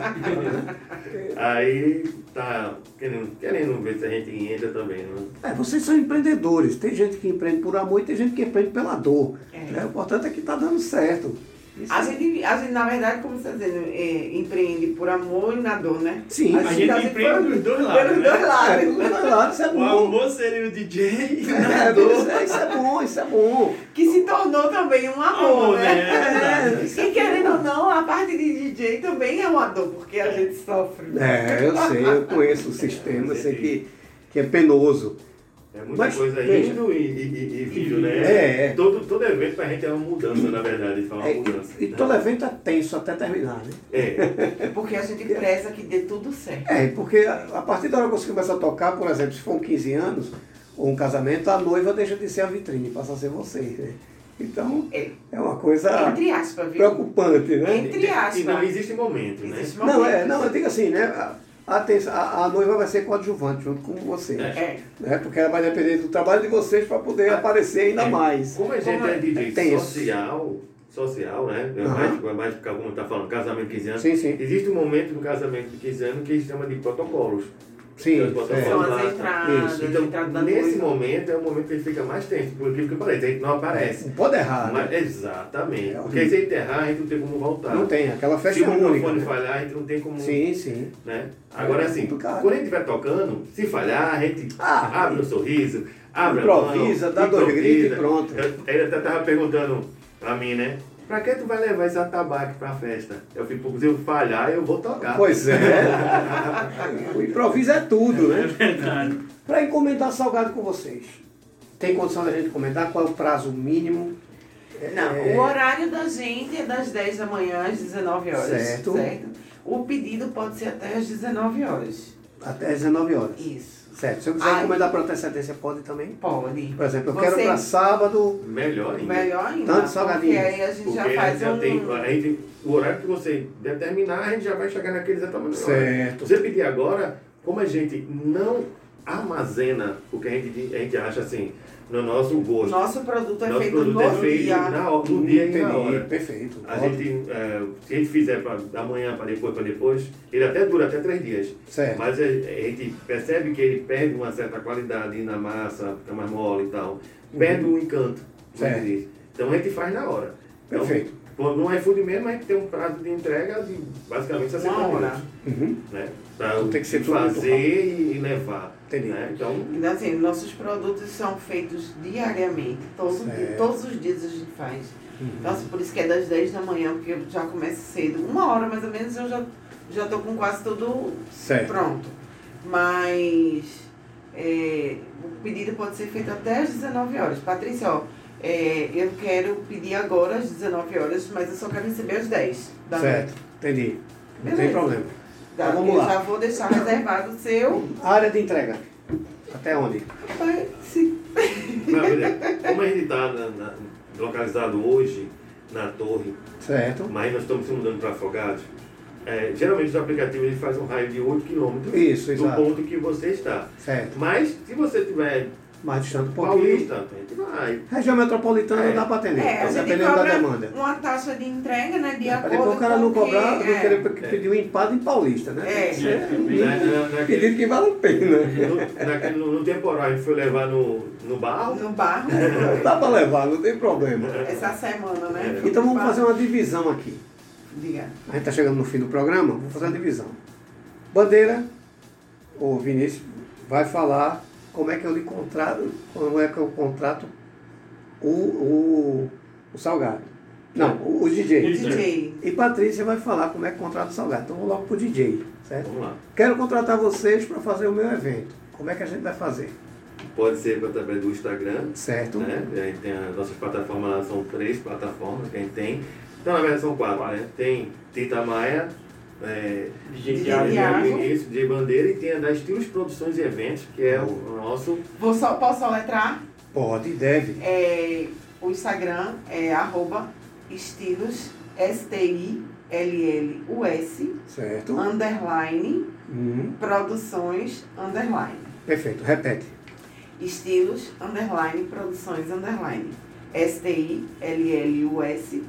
Speaker 3: Aí tá querendo, querendo ver se a gente entra também, né?
Speaker 1: É, vocês são empreendedores. Tem gente que empreende por amor e tem gente que empreende pela dor.
Speaker 2: É.
Speaker 1: né? O importante é que está dando certo. Isso
Speaker 2: A
Speaker 1: é-
Speaker 2: gente, a gente, na verdade, como você está dizendo, é, empreende por amor e na dor, né?
Speaker 1: Sim,
Speaker 4: A gente
Speaker 2: tá se
Speaker 4: empreende dos dois lados,
Speaker 2: Pelos
Speaker 4: né?
Speaker 2: dois lados.
Speaker 1: claro, isso é
Speaker 4: O
Speaker 1: bom.
Speaker 4: amor seria o DJ e
Speaker 1: É,
Speaker 4: na dor.
Speaker 1: beleza, isso é bom, isso é bom.
Speaker 2: Que se tornou também um amor,
Speaker 4: Amor,
Speaker 2: né?
Speaker 4: né? É verdade.
Speaker 2: E querendo ou não, a parte de DJ também é uma dor, porque a gente sofre.
Speaker 1: É, eu sei, eu conheço o sistema, eu sei que, que é penoso.
Speaker 3: É muita
Speaker 1: Mas,
Speaker 3: coisa
Speaker 1: veja.
Speaker 3: indo e, e, e- e vindo,
Speaker 1: É,
Speaker 3: né?
Speaker 1: é.
Speaker 3: Todo, todo evento pra gente é uma mudança, na verdade. Então, é uma
Speaker 1: É,
Speaker 3: mudança.
Speaker 1: e, e todo evento é tenso até terminar, né?
Speaker 3: É,
Speaker 2: É porque a gente preza que dê tudo certo.
Speaker 1: É, porque a a partir da hora que você começa a tocar, por exemplo, se for um 15 anos ou um casamento, a noiva deixa de ser a vitrine, passa a ser você. Né? Então,
Speaker 2: É,
Speaker 1: é uma coisa
Speaker 2: entre aspas, viu?
Speaker 1: preocupante, né?
Speaker 2: Entre aspas.
Speaker 3: e não existe momento, né?
Speaker 2: Existe uma
Speaker 1: Não,
Speaker 2: coisa.
Speaker 1: é, não, eu digo assim, né? A, a, atenção- a- a noiva vai ser coadjuvante junto com você.
Speaker 3: É.
Speaker 2: É.
Speaker 1: Né? Porque ela vai depender do trabalho de vocês para poder aparecer ainda
Speaker 3: É.
Speaker 1: mais.
Speaker 3: Como a gente
Speaker 2: Como
Speaker 3: é DJ
Speaker 1: tem isso.
Speaker 3: social, social, né? É
Speaker 1: Aham.
Speaker 3: mais, é mais que algum tá falando, casamento de 15 anos.
Speaker 1: Sim, sim.
Speaker 3: Existe um momento do casamento de 15 anos que a gente chama de protocolos.
Speaker 1: Sim,
Speaker 3: Eu boto
Speaker 1: é.
Speaker 2: São as
Speaker 3: Basta.
Speaker 2: entradas,
Speaker 1: Isso.
Speaker 2: as entradas da
Speaker 3: Então, nesse
Speaker 2: noiva.
Speaker 3: momento é o momento que ele fica mais tenso, por aquilo que eu falei, a gente não aparece.
Speaker 1: Não pode errar. né?
Speaker 3: Mas- exatamente.
Speaker 1: É
Speaker 3: Porque se a gente errar, a gente não tem como voltar.
Speaker 1: Não tem, aquela
Speaker 3: Se
Speaker 1: festa
Speaker 3: o
Speaker 1: é única.
Speaker 3: microfone
Speaker 1: né?
Speaker 3: falhar, a gente não tem como.
Speaker 1: Sim, sim.
Speaker 3: Né? Agora
Speaker 1: É
Speaker 3: assim,
Speaker 1: complicado.
Speaker 3: quando a gente vai tocando, se falhar, a gente
Speaker 1: Ah,
Speaker 3: abre o sorriso, abre
Speaker 1: improvisa,
Speaker 3: a mão,
Speaker 1: dá dois gritos e
Speaker 3: improvisa.
Speaker 1: pronto.
Speaker 3: Eu- Ele até tava perguntando pra mim, né? Pra que tu vai levar esse atabaque pra festa? Eu fico, se eu falhar, eu vou tocar.
Speaker 1: Pois é. o improviso é tudo, né?
Speaker 4: Verdade.
Speaker 1: Para encomendar salgado com vocês, tem condição da gente encomendar? Qual é o prazo mínimo?
Speaker 2: Não,
Speaker 1: É.
Speaker 2: o horário da gente é das 10 da manhã às 19 horas.
Speaker 1: Certo.
Speaker 2: O pedido pode ser até às 19 horas.
Speaker 1: Até às 19 horas.
Speaker 2: Isso.
Speaker 1: Certo. Se eu quiser
Speaker 2: Ai.
Speaker 1: encomendar por antecedência, pode também?
Speaker 2: Pode.
Speaker 1: Por exemplo, eu
Speaker 2: Você-
Speaker 1: quero para sábado.
Speaker 3: Melhor ainda.
Speaker 2: Melhor ainda.
Speaker 1: Tanto salgadinho.
Speaker 2: Porque aí a gente
Speaker 3: Porque
Speaker 2: já faz
Speaker 3: já
Speaker 2: um...
Speaker 3: tem, a gente, o horário que você determinar, a gente já vai chegar naquele exatamente horário.
Speaker 1: Certo.
Speaker 3: Você pedir agora, como a gente não armazena o que a gente, a gente acha assim, no nosso gosto.
Speaker 2: Nosso produto é
Speaker 3: Nosso
Speaker 2: feito
Speaker 3: produto
Speaker 2: no
Speaker 3: é feito
Speaker 2: dia.
Speaker 3: na hora, no dia e na
Speaker 1: Entendi,
Speaker 3: hora.
Speaker 1: Perfeito.
Speaker 3: A
Speaker 1: Pode.
Speaker 3: gente, é, se a gente fizer pra, da manhã para depois, para depois, ele até dura até três dias.
Speaker 1: Certo.
Speaker 3: Mas a, a gente percebe que ele perde uma certa qualidade na massa, fica mais mole e tal. Perde o encanto. vamos
Speaker 1: Uhum. Certo.
Speaker 3: dizer. Então a gente faz na hora. Então,
Speaker 1: Perfeito.
Speaker 3: pô, no iFood mesmo a gente tem um prazo de entrega de basicamente 60
Speaker 2: Uma hora.
Speaker 3: minutos.
Speaker 1: Uhum.
Speaker 3: Né? Pra
Speaker 1: Então tem que ser tudo muito
Speaker 3: fazer e, e levar.
Speaker 1: Entendi.
Speaker 3: né? Então,
Speaker 2: Então, assim, nossos produtos são feitos diariamente. Todo dia-
Speaker 1: Certo. Uhum.
Speaker 2: todos os dias a gente faz. Então, assim, por isso que é das 10 da manhã, porque eu já começo cedo. Uma hora mais ou menos eu já, já tô com quase tudo
Speaker 1: Certo.
Speaker 2: pronto. Mas é, o pedido pode ser feito até às 19 horas. Patrícia, ó, é, eu quero pedir agora às 19 horas, mas eu só quero receber às 10 da
Speaker 1: Certo.
Speaker 2: noite.
Speaker 1: Entendi. Não tem
Speaker 2: Beleza.
Speaker 1: problema.
Speaker 2: Tá?
Speaker 1: Então, vamos
Speaker 2: eu
Speaker 1: lá.
Speaker 2: já vou deixar reservado o seu.
Speaker 1: Área de entrega. Até onde?
Speaker 2: Vai, se
Speaker 3: na verdade, como a gente está localizado hoje na torre,
Speaker 1: Certo.
Speaker 3: mas nós estamos se mudando para Afogados, é, geralmente os aplicativos eles fazem um raio de 8 km
Speaker 1: Isso,
Speaker 3: do
Speaker 1: exato.
Speaker 3: ponto que você está.
Speaker 1: Certo.
Speaker 3: Mas se você tiver
Speaker 1: Mais distante um pouquinho.
Speaker 3: paulista, a gente vai.
Speaker 1: Região metropolitana
Speaker 3: É.
Speaker 1: dá para atender. Então,
Speaker 2: É, a gente
Speaker 1: dependendo da
Speaker 2: cobra
Speaker 1: demanda.
Speaker 2: uma taxa de entrega, né, de
Speaker 1: Pra
Speaker 2: acordo
Speaker 1: depois o cara não
Speaker 2: com o que-
Speaker 1: cobrar, não
Speaker 2: é.
Speaker 1: querer pedir um empate em paulista, né?
Speaker 2: É.
Speaker 1: Tem que ser um
Speaker 3: Né, na-
Speaker 1: Pedido
Speaker 3: naquele-
Speaker 1: que vale a pena. né?
Speaker 3: No, naquele- no- no temporal a gente foi levar no, no barro.
Speaker 1: um.
Speaker 2: No barro,
Speaker 1: Dá pra levar, não tem problema.
Speaker 2: essa semana, né?
Speaker 3: É.
Speaker 1: Então vamos fazer uma divisão aqui.
Speaker 2: Diga.
Speaker 1: A gente tá chegando no fim do programa, vamos fazer uma divisão. Bandeira, o Vinícius vai falar como é que eu lhe contrato, como é que eu contrato o, o, o salgado. Não, o, o
Speaker 2: O
Speaker 1: DJ.
Speaker 2: DJ.
Speaker 1: E Patrícia vai falar como é que contrata o salgado. Então vou logo pro DJ, certo?
Speaker 3: Vamos lá.
Speaker 1: Quero contratar vocês para fazer o meu evento. Como é que a gente vai fazer?
Speaker 3: Pode ser através do Instagram.
Speaker 1: Certo?
Speaker 3: Né? A gente tem as nossas plataformas lá, são três plataformas que a gente tem. Então, na verdade, são quatro, né? Tem Tita Maia, é,
Speaker 4: DJ
Speaker 2: Thiago.
Speaker 3: Thiago Vinícius, de Bandeira e tem a da Estilos Produções e Eventos, que é o nosso
Speaker 2: Vou só, posso só letrar?
Speaker 1: Pode e deve.
Speaker 2: É, o Instagram é arroba estilos S-T-I-L-L-U-S
Speaker 1: Certo?
Speaker 2: underline
Speaker 1: Uhum.
Speaker 2: produções underline.
Speaker 1: Perfeito. Repete.
Speaker 2: Estilos underline produções underline. S-T-I-L-L-U-S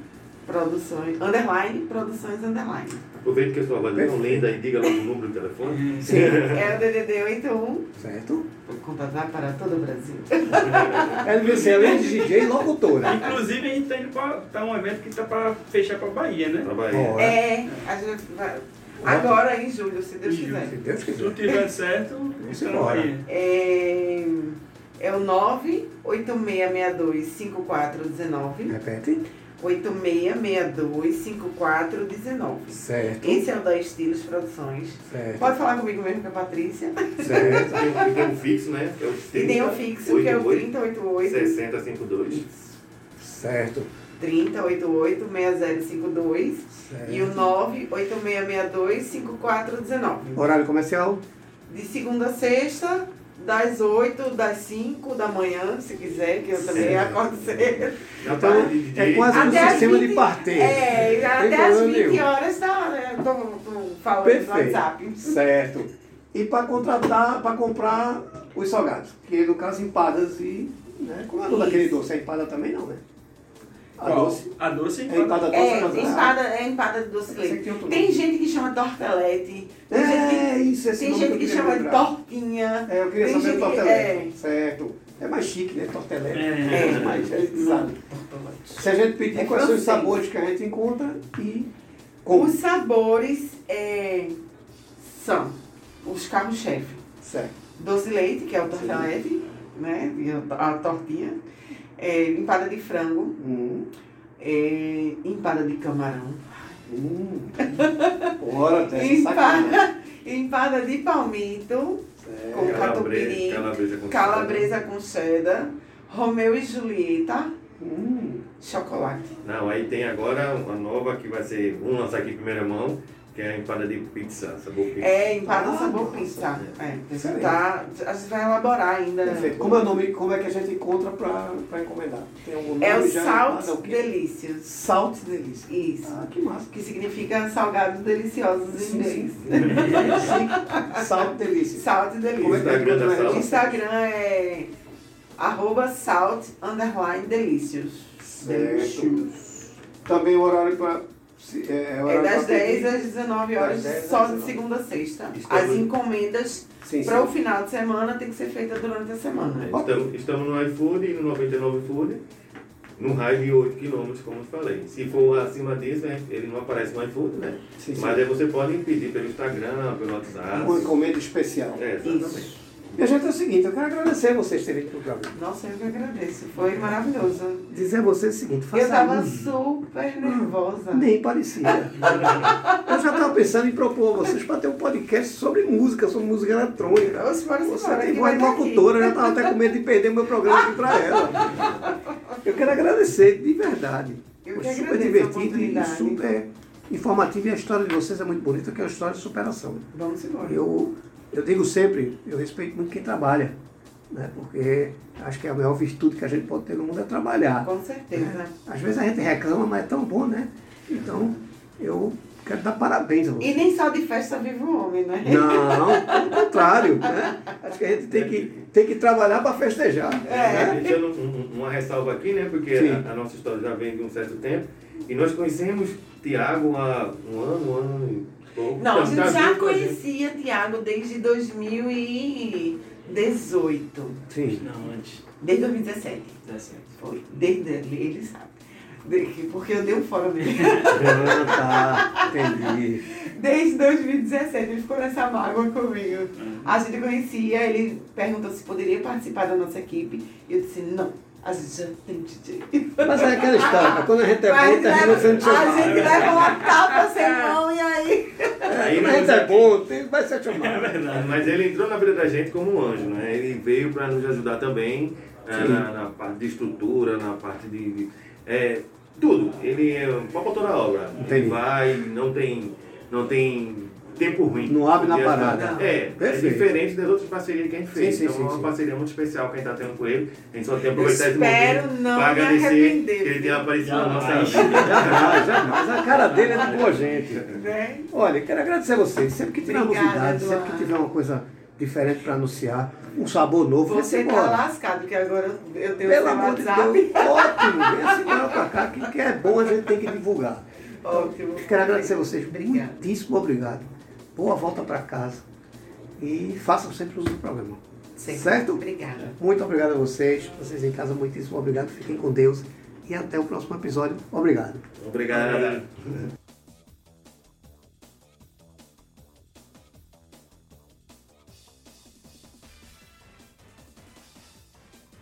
Speaker 2: produções underline produções underline.
Speaker 3: Aproveite que a sua voz é tão
Speaker 1: Perfeito.
Speaker 3: linda e diga logo o número do telefone.
Speaker 2: É o DDD 81.
Speaker 1: Certo?
Speaker 2: Vou contratar para todo o Brasil.
Speaker 1: Ela você além de DJ e locutora.
Speaker 4: Inclusive, a gente tá indo pra, tá um evento que tá pra fechar pra Bahia, né?
Speaker 3: Pra Bahia.
Speaker 1: Bom,
Speaker 2: É, a gente vai. Agora em julho, se Deus
Speaker 4: Em julho,
Speaker 2: quiser.
Speaker 1: Se Deus
Speaker 4: Se tudo
Speaker 1: quiser.
Speaker 4: tiver certo,
Speaker 1: Vamos
Speaker 4: tá na
Speaker 1: embora.
Speaker 4: Bahia.
Speaker 2: É, é o 986625419.
Speaker 1: Repete.
Speaker 2: 86625419.
Speaker 1: Certo.
Speaker 2: Esse é o da Estilos Produções.
Speaker 1: Certo.
Speaker 2: Pode falar comigo mesmo, que é a Patrícia.
Speaker 1: Certo.
Speaker 3: É, Tem, tem um fixo, né? Que é o
Speaker 2: E tem o fixo, que é o 3088.
Speaker 3: 6052.
Speaker 1: Certo.
Speaker 2: 3088-6052. E o
Speaker 1: Certo.
Speaker 2: 986625419.
Speaker 1: Horário comercial?
Speaker 2: De segunda a sexta, das 8, das 5 da manhã, se quiser, que eu também
Speaker 1: Certo.
Speaker 2: acordo cedo.
Speaker 3: Na
Speaker 1: Então,
Speaker 3: parte de
Speaker 1: é
Speaker 3: DJ,
Speaker 1: quase um
Speaker 2: Até as
Speaker 1: sistema de
Speaker 2: 20
Speaker 1: parteira.
Speaker 2: É,
Speaker 1: Tem
Speaker 2: até as
Speaker 1: problema
Speaker 2: 20
Speaker 1: nenhum.
Speaker 2: horas tá, né? Eu tô, tô falando no
Speaker 1: Perfeito.
Speaker 2: WhatsApp.
Speaker 1: Certo. E para contratar, para comprar os salgados, que no caso empadas e. Né? Como é o nome
Speaker 2: Isso.
Speaker 1: daquele doce? É empada também não, né? A
Speaker 4: Qual?
Speaker 1: doce.
Speaker 4: A doce
Speaker 1: É empada doce
Speaker 2: É,
Speaker 1: também.
Speaker 2: empada, é empada de doce de
Speaker 1: Pensei que
Speaker 2: leite.
Speaker 1: tinha outro
Speaker 2: Tem
Speaker 1: nome.
Speaker 2: gente que chama de tortelete. Tem gente
Speaker 1: É, isso,
Speaker 2: que,
Speaker 1: esse
Speaker 2: tem
Speaker 1: nome
Speaker 2: gente
Speaker 1: eu
Speaker 2: que
Speaker 1: queria
Speaker 2: chama de
Speaker 1: lembrar.
Speaker 2: tortinha.
Speaker 1: É, eu queria
Speaker 2: tem
Speaker 1: saber
Speaker 2: gente
Speaker 1: o
Speaker 2: que-
Speaker 1: tortelete. Certo. É mais chique, né? Tortelete.
Speaker 4: É.
Speaker 1: É, mas a gente sabe. Se a gente pedir
Speaker 2: É
Speaker 1: quais são os
Speaker 2: francês.
Speaker 1: sabores que a gente encontra e
Speaker 2: Os
Speaker 1: compra.
Speaker 2: sabores é, são os carros-chefe.
Speaker 1: Certo.
Speaker 2: Doce de leite, que é o tortelete, né? E a to- a tortinha. É, empada de frango.
Speaker 1: Hum,
Speaker 2: é, empada de camarão.
Speaker 1: hum. Hora dessa É, sacanagem. É,
Speaker 2: Empada, empada de palmito. Com
Speaker 1: Certo.
Speaker 2: catupiry.
Speaker 3: calabresa, calabresa com
Speaker 2: um Calabresa com cheddar. Romeu e Julieta.
Speaker 1: Hum.
Speaker 2: Chocolate.
Speaker 3: Não, aí tem agora uma nova que vai ser, vamos lançar aqui em primeira mão, que é a empada de pizza, sabor pizza.
Speaker 2: É, empada
Speaker 1: Ah,
Speaker 2: sabor
Speaker 1: nossa.
Speaker 2: pizza. É,
Speaker 1: Excelente.
Speaker 2: tá, a gente vai elaborar ainda.
Speaker 1: Perfeito. Como é o nome, como é que a gente encontra para encomendar? Tem algum nome
Speaker 2: É o
Speaker 1: já?
Speaker 2: Salt
Speaker 1: Ah, não, que-
Speaker 2: Delícios.
Speaker 1: Salt Delícia.
Speaker 2: Isso.
Speaker 1: Ah, que massa.
Speaker 2: Que significa salgados deliciosos em
Speaker 1: Sim, sim.
Speaker 2: inglês.
Speaker 1: Chique. Salt Delícia.
Speaker 2: Salt
Speaker 1: Como é
Speaker 2: Delícios.
Speaker 1: que é?
Speaker 3: Instagram da
Speaker 1: Como é?
Speaker 2: O
Speaker 3: Salt.
Speaker 2: Instagram é arroba salt underline delícios.
Speaker 1: Certo. Também o horário para... É,
Speaker 2: É
Speaker 1: horário
Speaker 2: das
Speaker 1: pra
Speaker 2: 10
Speaker 1: pedir.
Speaker 2: às 19
Speaker 1: Das
Speaker 2: horas,
Speaker 1: 10 às
Speaker 2: só de
Speaker 1: 19.
Speaker 2: segunda a sexta. As
Speaker 3: Estamos-
Speaker 2: encomendas
Speaker 1: Sim, sim. É.
Speaker 2: para o final de semana tem que ser feita durante a semana.
Speaker 3: Estamos, estamos no iFood, no 99 Food, num raio de 8 km, como eu falei. Se for acima disso, né, ele não aparece no iFood, né?
Speaker 1: Sim, sim.
Speaker 3: Mas aí você pode pedir pelo Instagram, pelo
Speaker 1: Uma
Speaker 3: WhatsApp.
Speaker 1: encomenda especial.
Speaker 3: É, exatamente.
Speaker 1: E a gente é o seguinte, eu quero agradecer vocês terem ido pro programa.
Speaker 2: Nossa, eu que agradeço. Foi maravilhoso.
Speaker 1: Dizer a vocês o seguinte, faça
Speaker 2: Eu tava
Speaker 1: uso.
Speaker 2: super nervosa.
Speaker 1: Nem parecia. eu já estava pensando em propor a vocês para ter um podcast sobre música, sobre música eletrônica.
Speaker 2: Oxe, bora se
Speaker 1: Você
Speaker 2: embora,
Speaker 1: tem
Speaker 2: que
Speaker 1: voz
Speaker 2: vai
Speaker 1: de
Speaker 2: dar aqui.
Speaker 1: locutora, eu já estava até com medo de perder meu programa aqui para ela. Eu quero agradecer, de verdade.
Speaker 2: Eu
Speaker 1: Foi
Speaker 2: que
Speaker 1: super
Speaker 2: agradeço a
Speaker 1: divertido e
Speaker 2: oportunidade.
Speaker 1: super informativo. E a história de vocês é muito bonita, que é uma história de superação.
Speaker 2: Vamos embora.
Speaker 1: Eu, eu digo sempre, eu respeito muito quem trabalha, né? porque acho que é a maior virtude que a gente pode ter no mundo é trabalhar.
Speaker 2: Com certeza.
Speaker 1: Às vezes a gente reclama, mas é tão bom, né? Então, eu quero dar parabéns a
Speaker 2: E
Speaker 1: você.
Speaker 2: nem só de festa vive o homem, né?
Speaker 1: Não, pelo contrário, né? Acho que a gente tem que, tem que trabalhar para festejar.
Speaker 2: É.
Speaker 1: né?
Speaker 3: Deixando um- um- uma ressalva aqui, né? Porque
Speaker 1: Sim.
Speaker 3: a, a nossa história já vem de um certo tempo. E nós conhecemos Tiago há um ano, um ano e pouco.
Speaker 2: Não, a
Speaker 3: Tá-
Speaker 2: gente
Speaker 3: tá
Speaker 2: já
Speaker 3: junto com a gente.
Speaker 2: conhecia Tiago desde 2018.
Speaker 1: Sim.
Speaker 4: Não, antes.
Speaker 2: Desde 2017.
Speaker 4: Dá certo.
Speaker 2: Foi. Desde ele, ele sabe. De- Porque eu dei um fora nele.
Speaker 1: Ah, tá, entendi.
Speaker 2: Desde 2017 ele ficou nessa mágoa comigo. A gente conhecia, ele perguntou se poderia participar da nossa equipe. E eu disse, não, a gente já tem DJ.
Speaker 1: Mas é aquela história, quando a gente é
Speaker 2: Mas
Speaker 1: bom, termina
Speaker 2: leva-
Speaker 1: sendo
Speaker 2: a
Speaker 1: chamado.
Speaker 2: gente leva uma tapa sem mão e aí.
Speaker 3: Aí,
Speaker 1: mas
Speaker 3: mas
Speaker 1: é
Speaker 3: aqui-
Speaker 1: bom, né? tem- vai ser
Speaker 4: É
Speaker 1: chamado.
Speaker 4: verdade.
Speaker 3: Mas ele entrou na vida da gente como um anjo, né? Ele veio para nos ajudar também eh,
Speaker 1: Sim.
Speaker 3: na, na parte de estrutura, na parte de. de, eh, tudo. Ele é um promotor da obra.
Speaker 1: Entendi.
Speaker 3: Ele vai, não tem. Não tem tempo ruim.
Speaker 1: Não abre na
Speaker 3: Ele ajuda.
Speaker 1: parada.
Speaker 3: É,
Speaker 1: Perfeito.
Speaker 3: é diferente das outras parcerias que a gente fez.
Speaker 1: Sim, sim,
Speaker 3: então é
Speaker 1: sim,
Speaker 3: uma
Speaker 1: sim.
Speaker 3: parceria muito especial que a gente está tendo com ele. A gente só tem que aproveitar esse
Speaker 2: espero
Speaker 3: momento
Speaker 2: não
Speaker 3: para
Speaker 2: me
Speaker 3: agradecer
Speaker 2: arrepender.
Speaker 3: que ele tenha aparecido na nossa
Speaker 4: Jamais.
Speaker 3: vida.
Speaker 1: Jamais, jamais. A cara dele é de boa gente.
Speaker 2: Né?
Speaker 1: Olha, quero agradecer a vocês. Sempre que tiver
Speaker 2: Obrigada,
Speaker 1: novidade, sempre que
Speaker 2: Eduardo.
Speaker 1: tiver uma coisa diferente para anunciar, um sabor novo,
Speaker 2: Você
Speaker 1: vem-se
Speaker 2: tá
Speaker 1: embora.
Speaker 2: lascado, porque agora eu tenho
Speaker 1: Pelo
Speaker 2: seu
Speaker 1: amor de
Speaker 2: WhatsApp.
Speaker 1: Deus, ótimo. Vem-se embora pra cá, que o que é bom a gente tem que divulgar.
Speaker 2: Ótimo.
Speaker 1: Quero agradecer a vocês.
Speaker 2: Obrigada.
Speaker 1: Muitíssimo obrigado. Boa volta para casa. E façam sempre uso do programa.
Speaker 2: Sempre.
Speaker 1: Certo?
Speaker 2: Obrigada.
Speaker 1: Muito obrigado a vocês. Vocês em casa, muitíssimo obrigado. Fiquem com Deus. E até o próximo episódio. Obrigado.
Speaker 3: Obrigado.